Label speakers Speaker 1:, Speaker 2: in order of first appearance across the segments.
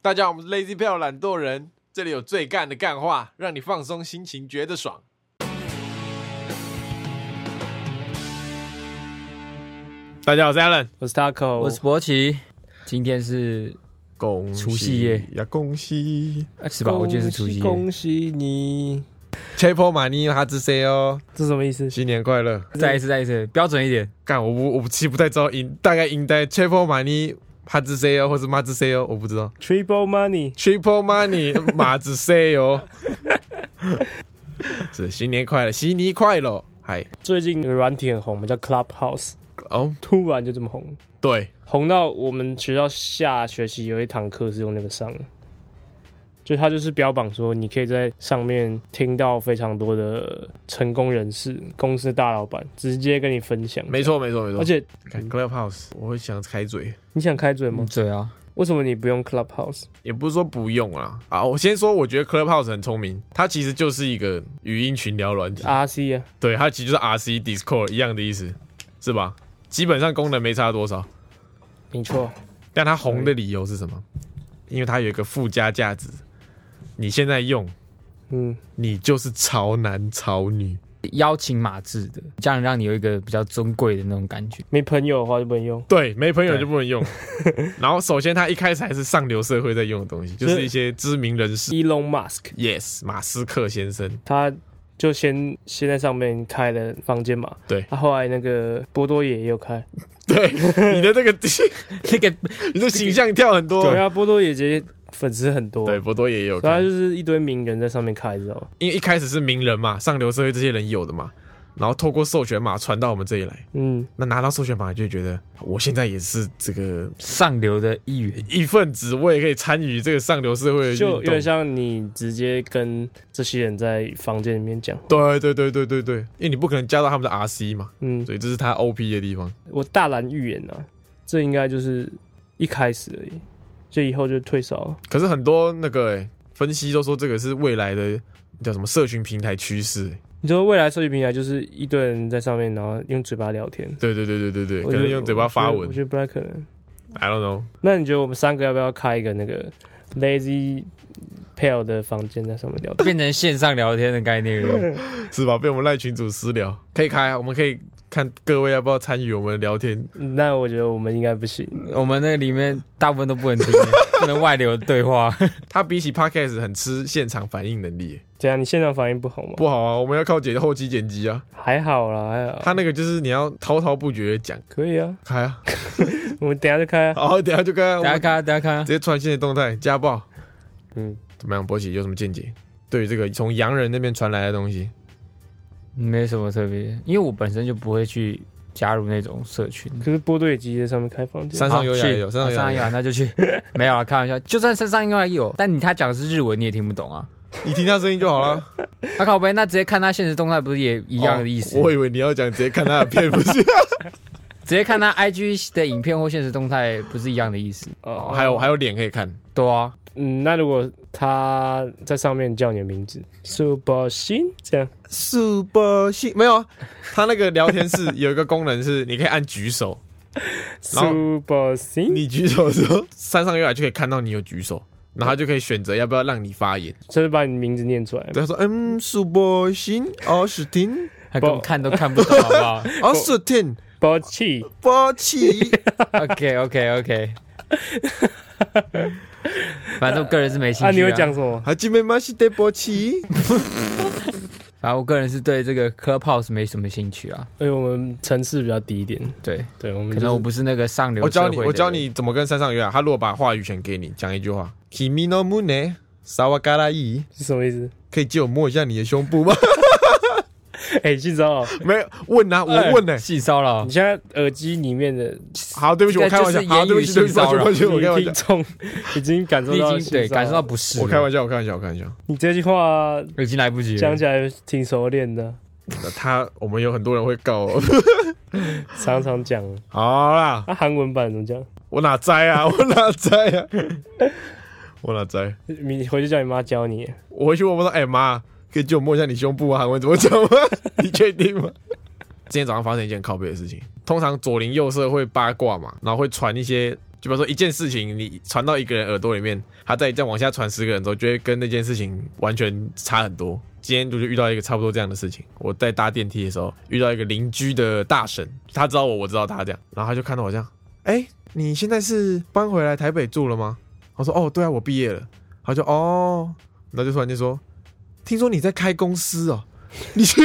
Speaker 1: 大家好，我们是 Lazy 票懒惰人，这里有最干的干话，让你放松心情，觉得爽。大家好，我是 Alan。
Speaker 2: 我是 Taco，
Speaker 3: 我是博奇，今天是
Speaker 1: 恭
Speaker 3: 除夕夜
Speaker 1: 呀，恭喜！
Speaker 3: 啊是吧？我记得是除夕夜，
Speaker 2: 恭喜你，
Speaker 1: 切破马尼哈之 C 哦，
Speaker 2: 这什么意思？
Speaker 1: 新年快乐！
Speaker 3: 再一次，再一次，标准一点。
Speaker 1: 干，我不，我不，其实不太知道应，大概应该切破马尼哈之 C 哦，或是马之 C 哦，我不知道。
Speaker 2: Triple Money，
Speaker 1: Triple Money 马子 C 哦， 是新年快乐，悉尼快乐！嗨，
Speaker 2: 最近有个软体很红，我们叫 Clubhouse，
Speaker 1: 哦，
Speaker 2: 突然就这么红，
Speaker 1: 对，
Speaker 2: 红到我们学校下学期有一堂课是用那个上的，就它就是标榜说你可以在上面听到非常多的成功人士、公司大老板直接跟你分享，
Speaker 1: 没，错，没错，没错。
Speaker 2: 而且
Speaker 1: 看 Clubhouse，我会想开嘴，
Speaker 2: 你想开嘴
Speaker 1: 嗯
Speaker 2: 吗？
Speaker 3: 对啊，
Speaker 2: 为什么你不用 Clubhouse？
Speaker 1: 也不是说不用啊。啊，我先说，我觉得 Clubhouse 很聪明，它其实就是一个语音群聊软体，
Speaker 2: RC 啊，
Speaker 1: 对，它其实就是 RC Discord 一样的意思，是吧？基本上功能没差多少，
Speaker 2: 没错，
Speaker 1: 但它红的理由是什么？因为它有一个附加价值，你现在用，
Speaker 2: 嗯，
Speaker 1: 你就是潮男潮女。
Speaker 3: 邀请码制的，这样让你有一个比较尊贵的那种感觉。
Speaker 2: 没朋友的话就不能用。
Speaker 1: 对，没朋友
Speaker 3: 对
Speaker 1: 就不 能用。然后，首先他一开始还是上流社会在用的东西，就是
Speaker 2: 是
Speaker 1: 一些知名人士
Speaker 2: Elon Musk。
Speaker 1: ，yes，马斯克先生，
Speaker 2: 他就先先在上面开了房间嘛，
Speaker 1: 对
Speaker 2: 他、后来那个波多野也有开，
Speaker 1: 对 你的这个，
Speaker 3: 那个
Speaker 1: 你的形象跳很多。
Speaker 2: 对啊，波多野直接粉丝很多，
Speaker 1: 对，博多也有看，
Speaker 2: 然后就是一堆名人在上面开，知道吗？
Speaker 1: 因为一开始是名人嘛，上流社会这些人有的嘛，然后透过授权码传到我们这里来，
Speaker 2: 嗯，
Speaker 1: 那拿到授权码就会觉得我现在也是这个
Speaker 3: 上流的一 员，
Speaker 1: 一份子，我也可以参与这个上流社会的
Speaker 2: 就有
Speaker 1: 运
Speaker 2: 点
Speaker 1: 动。
Speaker 2: 像你直接跟这些人在房间里面讲，
Speaker 1: 对对对对对对，因为你不可能加到他们的 RC 嘛，
Speaker 2: 嗯，
Speaker 1: 所以这是他 OP 的地方。
Speaker 2: 我大胆预言啊，这应该就是一开始而已，这以后就退烧了，
Speaker 1: 可是很多那个、欸、分析都说这个是未来的叫什么社群平台趋势、欸
Speaker 2: 你说未来社群平台就是一堆人在上面，然后用嘴巴聊天，
Speaker 1: 对对对对对对，
Speaker 2: 我
Speaker 1: 可
Speaker 2: 觉得
Speaker 1: 能用嘴巴发文
Speaker 2: 我觉得我觉得不太可能。
Speaker 1: ，I don't know。
Speaker 2: 那你觉得我们三个要不要开一个那个 lazy pal 的房间在上面聊天？
Speaker 3: 变成线上聊天的概念了。
Speaker 1: 是吧？被我们赖群主私聊，可以开啊，我们可以看各位要不要参与我们的聊天。
Speaker 2: 那我觉得我们应该不行。
Speaker 3: 我们那里面大部分都不能 听，不能外流对话。
Speaker 1: 他比起 podcast 很吃现场反应能力欸，
Speaker 2: 怎样？你现场反应不好吗？
Speaker 1: 不好啊，我们要靠剪后期剪辑啊。
Speaker 2: 还好啦，还好。
Speaker 1: 他那个就是你要滔滔不绝地讲，
Speaker 2: 可以啊，
Speaker 1: 开啊，
Speaker 2: 我们等一下就开啊。
Speaker 1: 然后等一下就开 啊，我
Speaker 3: 大
Speaker 1: 们
Speaker 3: 家看啊，大家看啊
Speaker 1: 直，接传新的动态，家暴
Speaker 2: 嗯，
Speaker 1: 怎么样？博喜有什么见解？对于这个从洋人那边传来的东西，
Speaker 3: 没什么特别，因为我本身就不会去加入那种社群。
Speaker 2: 可是波多野积极在上面开房间
Speaker 1: 三，山上有
Speaker 3: 有
Speaker 1: 雅也有山上有雅也有
Speaker 3: 有雅，那就去。 没有啊，开玩笑，就算山上有雅也有，但你他讲的是日文，你也听不懂啊。
Speaker 1: 你听他声音就好了。
Speaker 3: 那靠呗，那直接看他现实动态不是也一样的意思？
Speaker 1: 哦我以为你要讲直接看他的片，不是？
Speaker 3: 直接看他 IG 的影片或现实动态不是一样的意思？
Speaker 2: 哦
Speaker 1: 还有还有脸可以看，
Speaker 3: 对啊，
Speaker 2: 嗯，那如果他在上面叫你的名字，苏宝新这样，
Speaker 1: super 性没有啊？他那个聊天室有一个功能是，你可以按举手，然后
Speaker 2: 苏宝新，
Speaker 1: 你举手的时候，山上月来就可以看到你有举手，然后他就可以选择要不要让你发言。
Speaker 2: 就是把你名字念出来。
Speaker 1: 对，他说嗯，super 性奥斯汀，
Speaker 3: 他根本看都看不懂，好不 好
Speaker 1: 奥斯汀，
Speaker 2: 宝气，
Speaker 1: 波奇，
Speaker 3: ？OK OK OK，反正我个人是没兴趣、
Speaker 2: 啊，
Speaker 3: 啊。
Speaker 2: 你会讲？什么？
Speaker 1: 还基本马西德波奇。
Speaker 3: 反正我个人是对这个 Clubhouse 没什么兴趣啊。
Speaker 2: 因为哎我们层次比较低一点，
Speaker 3: 对，
Speaker 2: 对我们
Speaker 3: 可
Speaker 2: 就是
Speaker 3: 能我不是那个上流
Speaker 1: 我教你，
Speaker 3: 社会的
Speaker 1: 我教
Speaker 3: 人。
Speaker 1: 你怎么跟山上月来。他如果把话语权给你，讲一句话，kimi no mune sawagarai，
Speaker 2: 是什么意思？
Speaker 1: 可以借我摸一下你的胸部吗？
Speaker 2: 哎，性骚扰，
Speaker 1: 没有问啊，
Speaker 2: 哎
Speaker 1: 我问呢、
Speaker 3: 性骚扰
Speaker 2: 你，现在耳机里面的
Speaker 1: 好，对不起，我
Speaker 3: 这
Speaker 1: 开
Speaker 3: 个
Speaker 1: 玩
Speaker 3: 就是
Speaker 1: 笑。好，对不起，对不起，抱歉，抱歉，
Speaker 3: 言语性骚扰
Speaker 1: 我
Speaker 2: 女
Speaker 1: 开玩
Speaker 2: 听
Speaker 1: 笑。
Speaker 2: 众已经感受
Speaker 3: 你
Speaker 2: 到
Speaker 3: 已经对感受到不
Speaker 2: 适。
Speaker 3: 适了，
Speaker 1: 我开玩笑，我开玩笑，我开玩笑。
Speaker 2: 你这句话
Speaker 3: 已经来不及了。
Speaker 2: 讲起来挺熟练 的，
Speaker 1: 那他，我们有很多人会告我。
Speaker 2: 常常讲。
Speaker 1: 好啦，
Speaker 2: 那、韩文版怎么讲？
Speaker 1: 我哪摘啊？ 我哪摘啊？我哪摘？
Speaker 2: 你回去叫你妈教你。
Speaker 1: 我回去问我说：“哎、妈，可以借我摸一下你胸部啊？韩文怎么讲吗？ 你确定吗？”今天早上发生一件靠背的事情。通常左邻右舍会八卦嘛，然后会传一些就比如说一件事情，你传到一个人耳朵里面，他再再往下传十个人之后，就会跟那件事情完全差很多。今天我就遇到一个差不多这样的事情，我在搭电梯的时候遇到一个邻居的大婶，她知道我，我知道她这样，然后她就看到我这样，哎、你现在是搬回来台北住了吗？我说哦，对啊，我毕业了。她就哦，然后就突然间说，听说你在开公司哦， 你去。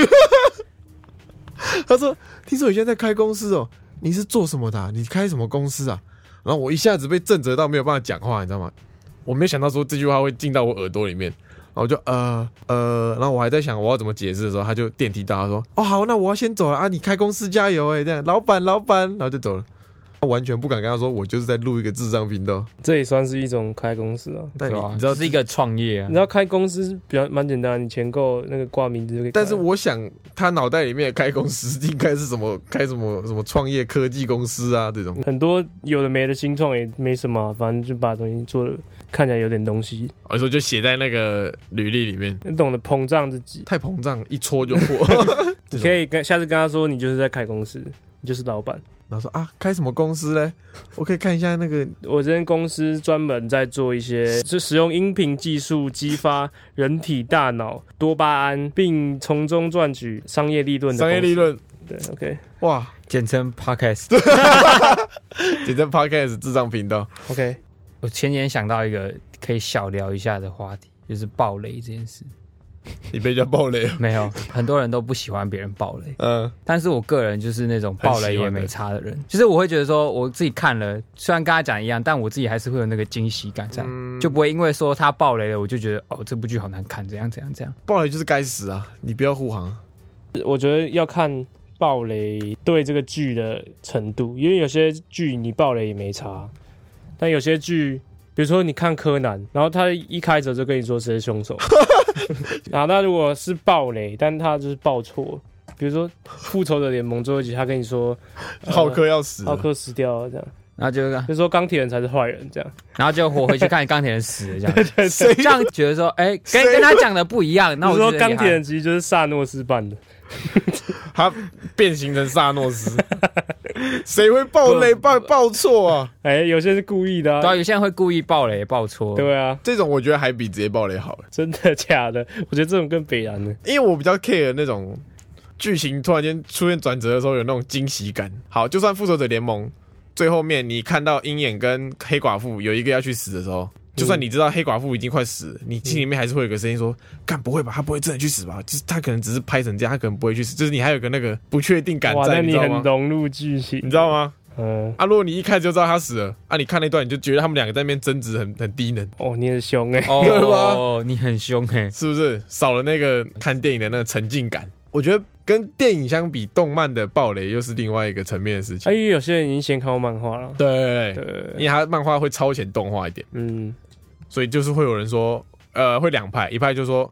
Speaker 1: 她说：“听说你现在在开公司哦，你是做什么的啊、你开什么公司啊？”然后我一下子被震折到没有办法讲话，你知道吗？我没有想到说这句话会进到我耳朵里面，然后我就呃呃，然后我还在想我要怎么解释的时候，他就电梯到，他说：“哦好，那我要先走了啊，你开公司加油哎、这样老板老板，然后就走了。”我完全不敢跟他说，我就是在录一个智障频道。
Speaker 2: 这也算是一种开公司啊。
Speaker 1: 但
Speaker 3: 对
Speaker 1: 你
Speaker 3: 吧？
Speaker 1: 你知道
Speaker 3: 这是一个创业啊
Speaker 2: 你知，道开公司比较蛮简单，你钱够那个挂名字就可以开
Speaker 1: 但
Speaker 2: 了。
Speaker 1: 是我想，他脑袋里面开公司应该是什么开什么什么创业科技公司啊这种。
Speaker 2: 很多有的没的新创也没什么啊、反正就把东西做的看起来有点东西，
Speaker 1: 我哦说就写在那个履历里面，
Speaker 2: 懂得膨胀自己。
Speaker 1: 太膨胀，一戳就 破。
Speaker 2: 你可以跟下次跟他说，你就是在开公司，你就是老板。
Speaker 1: 然后说啊，开什么公司嘞？我可以看一下那个
Speaker 2: 我这间公司专门在做一些，是使用音频技术激发人体大脑多巴胺，并从中赚取商业利润 的
Speaker 1: 商业利
Speaker 2: 公司。
Speaker 1: 润。
Speaker 2: 对，OK
Speaker 1: 哇，
Speaker 3: 简称 podcast。
Speaker 1: 简称 podcast 智障频道。
Speaker 2: OK，
Speaker 3: 我前年想到一个可以小聊一下的话题，就是暴雷这件事。
Speaker 1: 你被人家爆雷了。
Speaker 3: 没有，很多人都不喜欢别人暴雷，
Speaker 1: 嗯，
Speaker 3: 但是我个人就是那种暴雷也没差的人，就是我会觉得说我自己看了，虽然跟他讲一样，但我自己还是会有那个惊喜感在，
Speaker 2: 嗯
Speaker 3: 就不会因为说他暴雷了，我就觉得哦这部剧好难看，怎样怎样怎样。
Speaker 1: 爆雷就是该死啊！你不要护航。
Speaker 2: 我觉得要看暴雷对这个剧的程度，因为有些剧你暴雷也没差，但有些剧，比如说你看柯南，然后他一开始就跟你说谁是 凶手，啊，那如果是暴雷，但他就是报错，比如说《复仇者联盟》最后一集，他跟你说呃
Speaker 1: 浩克要死了
Speaker 2: 浩克死掉了，这样
Speaker 3: 然后就
Speaker 2: 就说钢铁人才是坏人，这样
Speaker 3: 然后就我回去看钢铁人死 了这样，
Speaker 1: 谁
Speaker 3: 这样觉得说哎、跟
Speaker 1: 谁
Speaker 3: 跟他讲的不一样，那
Speaker 2: 就
Speaker 3: 我
Speaker 2: 是
Speaker 3: 就
Speaker 2: 说
Speaker 3: 觉得
Speaker 2: 钢
Speaker 3: 厉害
Speaker 2: 铁人其实就是萨诺斯扮的，
Speaker 1: 他变形成萨诺 斯？谁会爆雷爆爆错啊？
Speaker 2: 哎，有些是故意的、
Speaker 3: 对啊，
Speaker 2: 啊，
Speaker 3: 有些人会故意爆雷爆错，
Speaker 2: 对啊，
Speaker 1: 这种我觉得还比直接爆雷好了，
Speaker 2: 真的假的？我觉得这种更北然呢。
Speaker 1: 因为我比较 care 那种剧情突然间出现转折的时候有那种惊喜感。好，就算复仇者联盟最后面你看到鹰眼跟黑寡妇有一个要去死的时
Speaker 2: 嗯
Speaker 1: 候。就算你知道黑寡妇已经快死了，你心里面还是会有个声音说：“干不会吧，他不会真的去死吧？就是他可能只是拍成这样，他可能不会去死。”就是你还有个那个不确定感
Speaker 2: 哇，那
Speaker 1: 在，
Speaker 2: 你
Speaker 1: 知道
Speaker 2: 很
Speaker 1: 吗？
Speaker 2: 融入剧情，
Speaker 1: 你知道吗？
Speaker 2: 嗯，
Speaker 1: 啊，如果你一开始就知道他死了，啊，你看那段你就觉得他们两个在那边争执很很低能，
Speaker 2: 哦，你很凶哎、
Speaker 3: 哦
Speaker 1: 对吧
Speaker 3: 哦你很凶哎、
Speaker 1: 是不是？少了那个看电影的那个沉浸感。我觉得跟电影相比，动漫的暴雷又是另外一个层面的事
Speaker 2: 哎，
Speaker 1: 情。
Speaker 2: 因为有些人已经先看过漫画了，
Speaker 1: 对，因
Speaker 2: 对，
Speaker 1: 为他漫画会超前动画一点，
Speaker 2: 嗯，
Speaker 1: 所以就是会有人说，呃，会两派，一派就说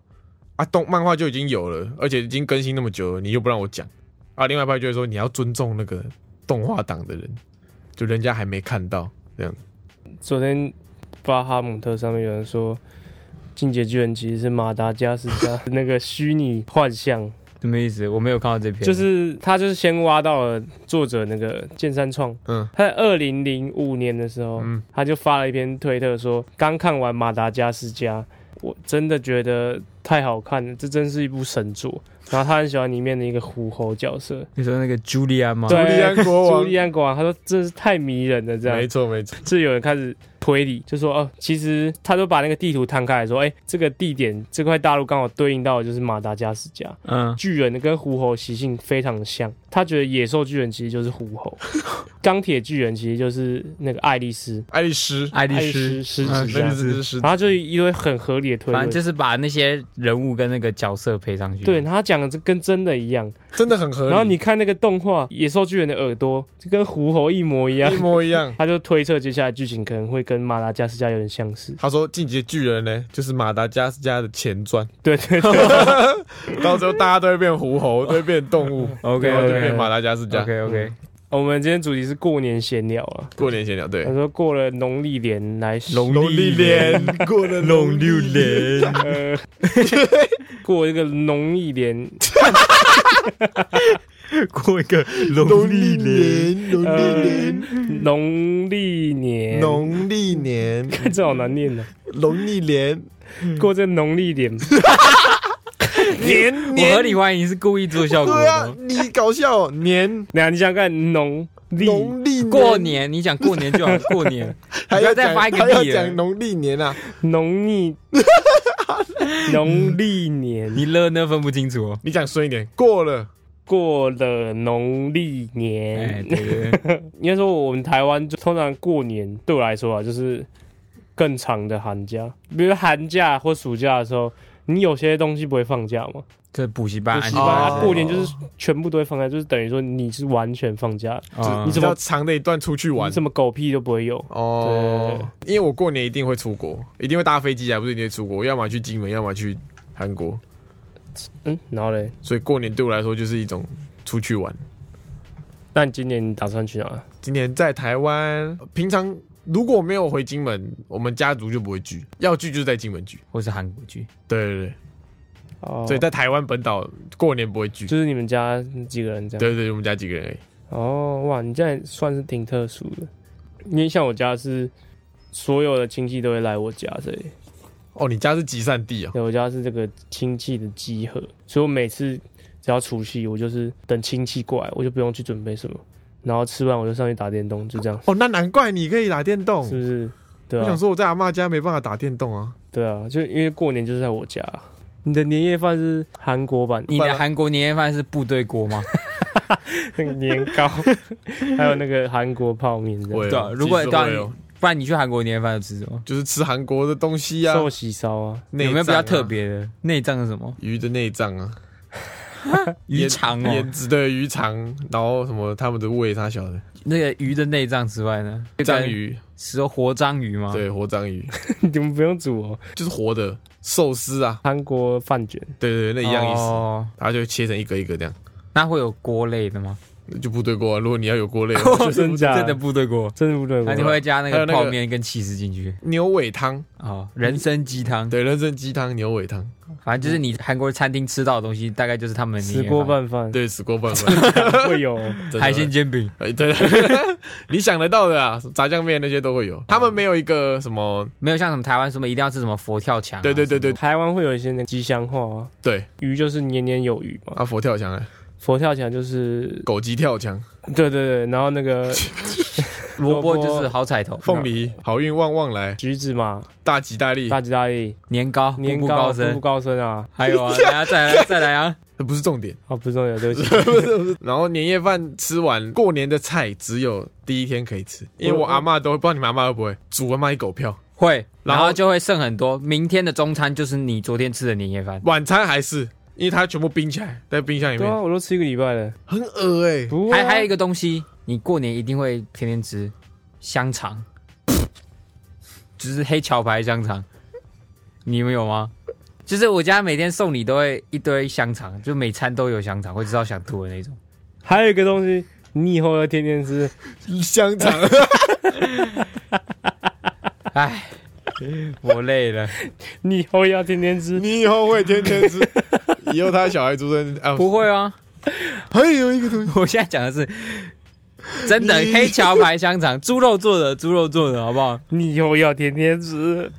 Speaker 1: 啊，动漫画就已经有了，而且已经更新那么久了，你又不让我讲啊；另外一派就会说，你要尊重那个动画党的人，就人家还没看到。
Speaker 2: 昨天巴哈姆特上面有人说，《进阶巨人》其实是马达加斯加那个虚拟幻象，
Speaker 3: 什么意思？我没有看到这篇，
Speaker 2: 就是他就是先挖到了作者那个剑三创，
Speaker 1: 嗯，
Speaker 2: 他在二零零五年的时候，
Speaker 1: 嗯
Speaker 2: 他就发了一篇推特说，刚看完《马达加斯加》，我真的觉得太好看了，这真是一部神作。然后他很喜欢里面的一个狐猴角色，
Speaker 3: 你说那个茱莉安吗？
Speaker 2: 对
Speaker 1: 朱利安国
Speaker 2: 朱
Speaker 1: 王
Speaker 2: 利，安国王，他说真是太迷人了，这样
Speaker 1: 没，错没错，
Speaker 2: 就有人开始推理，就说哦，其实他都把那个地图摊开来说，哎，这个地点这块大陆刚好对应到的就是马达加斯加，
Speaker 3: 嗯，
Speaker 2: 巨人跟狐猴习性非常像，他觉得野兽巨人其实就是狐猴，钢铁巨人其实就是那个爱丽丝，
Speaker 1: 爱丽丝，啊
Speaker 3: 爱丽
Speaker 2: 爱丽丝，
Speaker 3: 丝
Speaker 2: 狮
Speaker 3: 嗯
Speaker 2: 子啊这
Speaker 1: 那
Speaker 2: 样
Speaker 1: 个，是是
Speaker 2: 然后就一堆很合理的推
Speaker 3: 反正
Speaker 2: 论，
Speaker 3: 就是把那些人物跟那个角色配上去。
Speaker 2: 对，，然后他讲的这跟真的一样，
Speaker 1: 真的很合理。
Speaker 2: 然后你看那个动画野兽巨人的耳朵，就跟狐猴一模 一样。
Speaker 1: 一。模一样
Speaker 2: 他就推测接下来剧情可能会跟马达加斯加有点相似。
Speaker 1: 他说《进击的巨人》呢，就是马达加斯加的前 传，
Speaker 2: 对 对对，
Speaker 1: 到时候大家都会变狐猴，都会变动 物
Speaker 3: OK，
Speaker 1: 然后就
Speaker 3: OK，
Speaker 1: 变马达加斯加。
Speaker 3: OK OK，
Speaker 2: 我们今天主题是过年闲聊啊。
Speaker 1: 过年闲聊，对
Speaker 2: 他，说过了农历年来
Speaker 1: 龙历年过了龙六年，
Speaker 2: 呃，过一个农历年，
Speaker 3: 过一个农历年。，
Speaker 1: 农历年，
Speaker 2: 农历年，
Speaker 1: 农历年，
Speaker 2: 看 这好难念呢、
Speaker 1: 农历年，嗯
Speaker 2: 过这农历年，
Speaker 1: 年
Speaker 3: 我
Speaker 1: 年
Speaker 3: 合理怀疑是故意做效果
Speaker 1: 对啊
Speaker 3: 的。，
Speaker 1: 你搞笑哦，年
Speaker 2: 那你想想看农历
Speaker 1: 农历
Speaker 3: 过，年，你讲过年就好了，过年。
Speaker 1: 还要
Speaker 3: 不要再
Speaker 1: 讲
Speaker 3: 发一个
Speaker 1: 还要
Speaker 3: 屁了
Speaker 1: 讲农历年啊，
Speaker 2: 农历农历年
Speaker 3: 你了呢分不清楚哦。
Speaker 1: 你讲顺一点，过了
Speaker 2: 过了农历
Speaker 3: 哎，
Speaker 2: 年，
Speaker 3: 对对对，
Speaker 2: 应该说我们台湾就通常过年对我来说啊，就是更长的寒假，比如寒假或暑假的时候。你有些东西不会放假嘛？
Speaker 3: 这补习班，哎
Speaker 2: 补习班、
Speaker 1: 安
Speaker 2: 啊
Speaker 1: 全
Speaker 2: 过年就是全部都会放假，就是等于说你是完全放假，
Speaker 3: 哦
Speaker 1: 比
Speaker 2: 你怎么
Speaker 1: 较长的一段出去玩
Speaker 2: 你。什么狗屁都不会有。
Speaker 1: 哦，因为我过年一定会出国，一定会搭飞机啊，不是一定会出国，要么去金门，要么去韩国，
Speaker 2: 嗯，然后嘞，
Speaker 1: 所以过年对我来说就是一种出去玩。
Speaker 2: 那你今年打算去哪？
Speaker 1: 今年在台湾，平常如果没有回金门，我们家族就不会聚，要聚就是在金门聚。
Speaker 3: 或是韩国剧，
Speaker 1: 对对对，
Speaker 2: 哦，
Speaker 1: 所以在台湾本岛过年不会聚。
Speaker 2: 就是你们家几个人这样。
Speaker 1: 对对对，我们家几个人而已。
Speaker 2: 哦，哇，你这样也算是挺特殊的，因为像我家是所有的亲戚都会来我家这里，
Speaker 1: 哦，你家是集散地啊、
Speaker 2: 对我家是这个亲戚的集合，所以我每次只要除夕，我就是等亲戚过来，我就不用去准备什么，然后吃完我就上去打电动，就这样，
Speaker 1: 哦，那难怪你可以打电动。
Speaker 2: 是不是？对
Speaker 1: 哦我想
Speaker 2: 啊，
Speaker 1: 说我在阿妈家没办法打电动啊。
Speaker 2: 对啊，就因为过年就是在我家。你的年夜饭是韩 国版，
Speaker 3: 你的韩国年夜饭是部队 锅吗？
Speaker 2: 那个年糕，还有那个韩国泡面这样，
Speaker 1: 会哦
Speaker 3: 对啊如果
Speaker 1: 其实
Speaker 3: 对啊
Speaker 1: 会哦
Speaker 3: 不然你去韩国年夜饭都吃什么？
Speaker 1: 就是吃韩国的东西啊，
Speaker 2: 寿喜烧啊，
Speaker 1: 内
Speaker 3: 有没有比
Speaker 1: 脏啊
Speaker 3: 较特？别的？内脏是什么？
Speaker 1: 鱼的内脏啊，
Speaker 3: 鱼肠哦
Speaker 1: 腌，制对鱼肠，然后什么他们的胃，他晓得
Speaker 3: 那个鱼的内脏之外呢？
Speaker 1: 章，鱼，
Speaker 3: 是说活章鱼吗？，
Speaker 1: 对活章鱼，
Speaker 2: 你们不用煮哦。
Speaker 1: 就是活的寿司啊，
Speaker 2: 韩国饭卷，
Speaker 1: 对对对，那一样意思，
Speaker 3: 哦，
Speaker 1: 它就切成一个一个这样，
Speaker 3: 那会有锅类的吗？
Speaker 1: 那就部队锅啊。如果你要有锅类，
Speaker 2: 真假
Speaker 3: 真的部队锅。
Speaker 2: 真的不对
Speaker 3: 那你
Speaker 2: 吗？
Speaker 3: 会加那
Speaker 1: 还
Speaker 3: 个
Speaker 1: 有那个
Speaker 3: 泡面跟起司进去
Speaker 1: 牛尾汤，
Speaker 3: 哦，人参鸡汤，
Speaker 1: 对，人参鸡汤、牛尾汤，
Speaker 3: 反正就是你韩国餐厅吃到的东西，大概就是他们的年
Speaker 2: 石
Speaker 3: 夜
Speaker 2: 锅
Speaker 3: 饭、
Speaker 2: 拌饭
Speaker 1: 对，死锅拌饭，
Speaker 2: 会有，
Speaker 1: 真的
Speaker 3: 海鲜煎饼。
Speaker 1: 哎，对， 对你想得到的啊，炸酱面那些都会有。他们没有一个什么，
Speaker 3: 没有像什么台湾什么一定要吃什么佛跳墙啊、
Speaker 1: 对对对
Speaker 3: 什
Speaker 1: 对
Speaker 3: 么
Speaker 2: 台湾会有一些那个吉祥话啊，
Speaker 1: 对，
Speaker 2: 鱼就是年年有余嘛，
Speaker 1: 啊，佛跳墙啊，
Speaker 2: 佛跳墙就是
Speaker 1: 狗急跳墙，
Speaker 2: 对对对，然后那 个
Speaker 3: 萝卜就是好彩头，
Speaker 1: 凤梨好运旺旺来，
Speaker 2: 橘子嘛，
Speaker 1: 大吉大利，
Speaker 2: 大吉大利，
Speaker 3: 年糕、
Speaker 2: 年
Speaker 3: 哦步步
Speaker 2: 糕
Speaker 3: 高
Speaker 2: 步步
Speaker 3: 升，
Speaker 2: 高升啊，
Speaker 3: 还有啊，大家再来再来啊！
Speaker 1: 这不是重点。
Speaker 2: 啊不 重要，对不起，
Speaker 1: 然后年夜饭吃完，过年的菜只有第一天可以吃，因为我
Speaker 2: 我
Speaker 1: 阿嬷都会，不知道你们阿嬷会不会煮啊完卖狗票，
Speaker 3: 会，
Speaker 1: 然
Speaker 3: 然
Speaker 1: 后
Speaker 3: 后就会剩很多。明天的中餐就是你昨天吃的年夜饭，
Speaker 1: 晚餐还是，因为它全部冰起来，在冰箱里
Speaker 2: 对
Speaker 1: 面，
Speaker 2: 啊，我都吃一个礼拜了，
Speaker 1: 很恶哎、
Speaker 2: 不会啊
Speaker 3: 还还有一个东西，你过年一定会天天吃香肠， 就是黑桥牌香肠，你们有吗？就是我家每天送礼都会一堆香肠，就每餐都有香肠，会吃到想吐的那种。
Speaker 2: 还有一个东西，你以后要天天吃，
Speaker 1: 香 肠，
Speaker 3: 唉，我累了，
Speaker 2: 你以后要天天吃，
Speaker 1: 你以后会天天吃，以后他小孩出生啊，
Speaker 3: 不会啊。
Speaker 1: 还有一个东西，
Speaker 3: 我现在讲的是真的
Speaker 1: 你
Speaker 3: 黑桥牌香肠，猪肉做的，猪肉做的，好不好？
Speaker 2: 你以后要天天吃，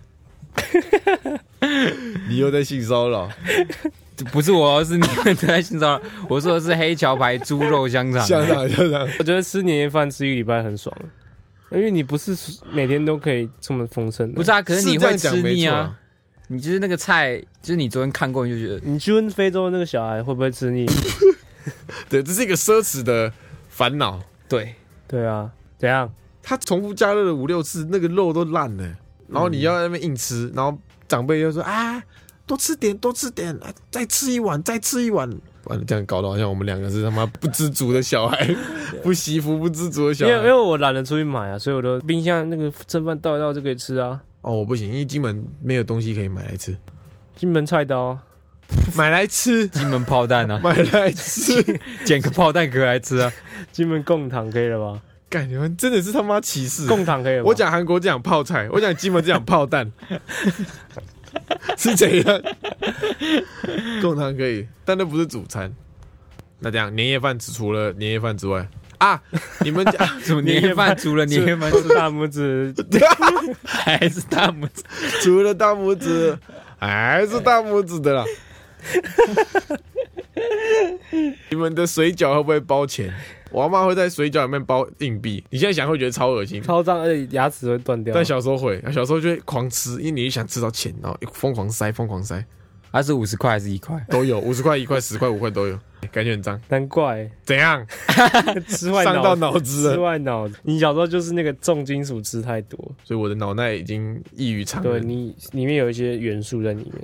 Speaker 1: 你又在性骚扰，
Speaker 3: 不是我，是你们都在心中。我说的是黑桥牌猪肉香肠。
Speaker 1: 香肠香肠，
Speaker 2: 我觉得吃年夜饭吃一个礼拜很爽，因为你不是每天都可以这么丰盛的，
Speaker 3: 不是啊，可是你
Speaker 1: 这
Speaker 3: 会
Speaker 1: 样讲
Speaker 3: 吃
Speaker 1: 没
Speaker 3: 腻
Speaker 1: 错
Speaker 3: 啊。，你就是那个菜，就是你昨天看过，你就觉得
Speaker 2: 你去问非洲那个小孩会不会吃腻？
Speaker 1: 对，这是一个奢侈的烦恼。
Speaker 3: 对。
Speaker 2: 对啊，怎样？
Speaker 1: 他重复加热了五六次，那个肉都烂了，然后你要在那边硬吃，然后长辈就说啊，多吃点，多吃点，啊、再吃一碗，再吃一碗。完了，这样搞得好像我们两个是他妈不知足的小孩，不惜福、不知足的小
Speaker 2: 因为因
Speaker 1: 孩
Speaker 2: 为。我懒得出去买啊，所以我都冰箱那个蒸饭倒一倒就可以吃啊。
Speaker 1: 哦，我不行，因为金门没有东西可以买来吃，
Speaker 2: 金门菜刀啊，
Speaker 1: 买来吃，
Speaker 3: 金门炮 弹啊，
Speaker 1: 买来吃。
Speaker 3: 捡个炮弹壳来吃啊！
Speaker 2: 金门贡糖可以了 吧？
Speaker 1: 感觉真的是他妈歧视。
Speaker 2: 贡糖可以了吧？
Speaker 1: 我讲韩国这讲泡菜，我讲金门这讲炮 弹，是怎样？贡糖可以，但那不是主餐。那这样年夜饭只除了年夜饭之外啊，你们家
Speaker 3: 什么年夜饭除了年夜饭
Speaker 2: 是大拇指，
Speaker 3: 还是大拇指？
Speaker 1: 除了大拇指还是大拇指的 啦。你们的水饺会不会包钱？我妈会在水饺里面包硬币。你现在想会觉得超恶心，
Speaker 2: 超脏，而且牙齿会断掉。
Speaker 1: 但小时候会，小时候就会狂吃，因为你想吃到钱，然后疯狂塞，疯狂塞，
Speaker 3: 它是五十块还是 一块？
Speaker 1: 都有，五十块、一块、十块、五块都有，感觉很脏。
Speaker 2: 难怪
Speaker 1: 怎样？
Speaker 2: 吃坏
Speaker 1: 伤到
Speaker 2: 脑，
Speaker 1: 脑子
Speaker 2: 吃
Speaker 1: 了，
Speaker 2: 坏脑。你小时候就是那个重金属吃太多，
Speaker 1: 所以我的脑袋已经异于常
Speaker 2: 对
Speaker 1: 人。
Speaker 2: 你里面有一些元素在里面。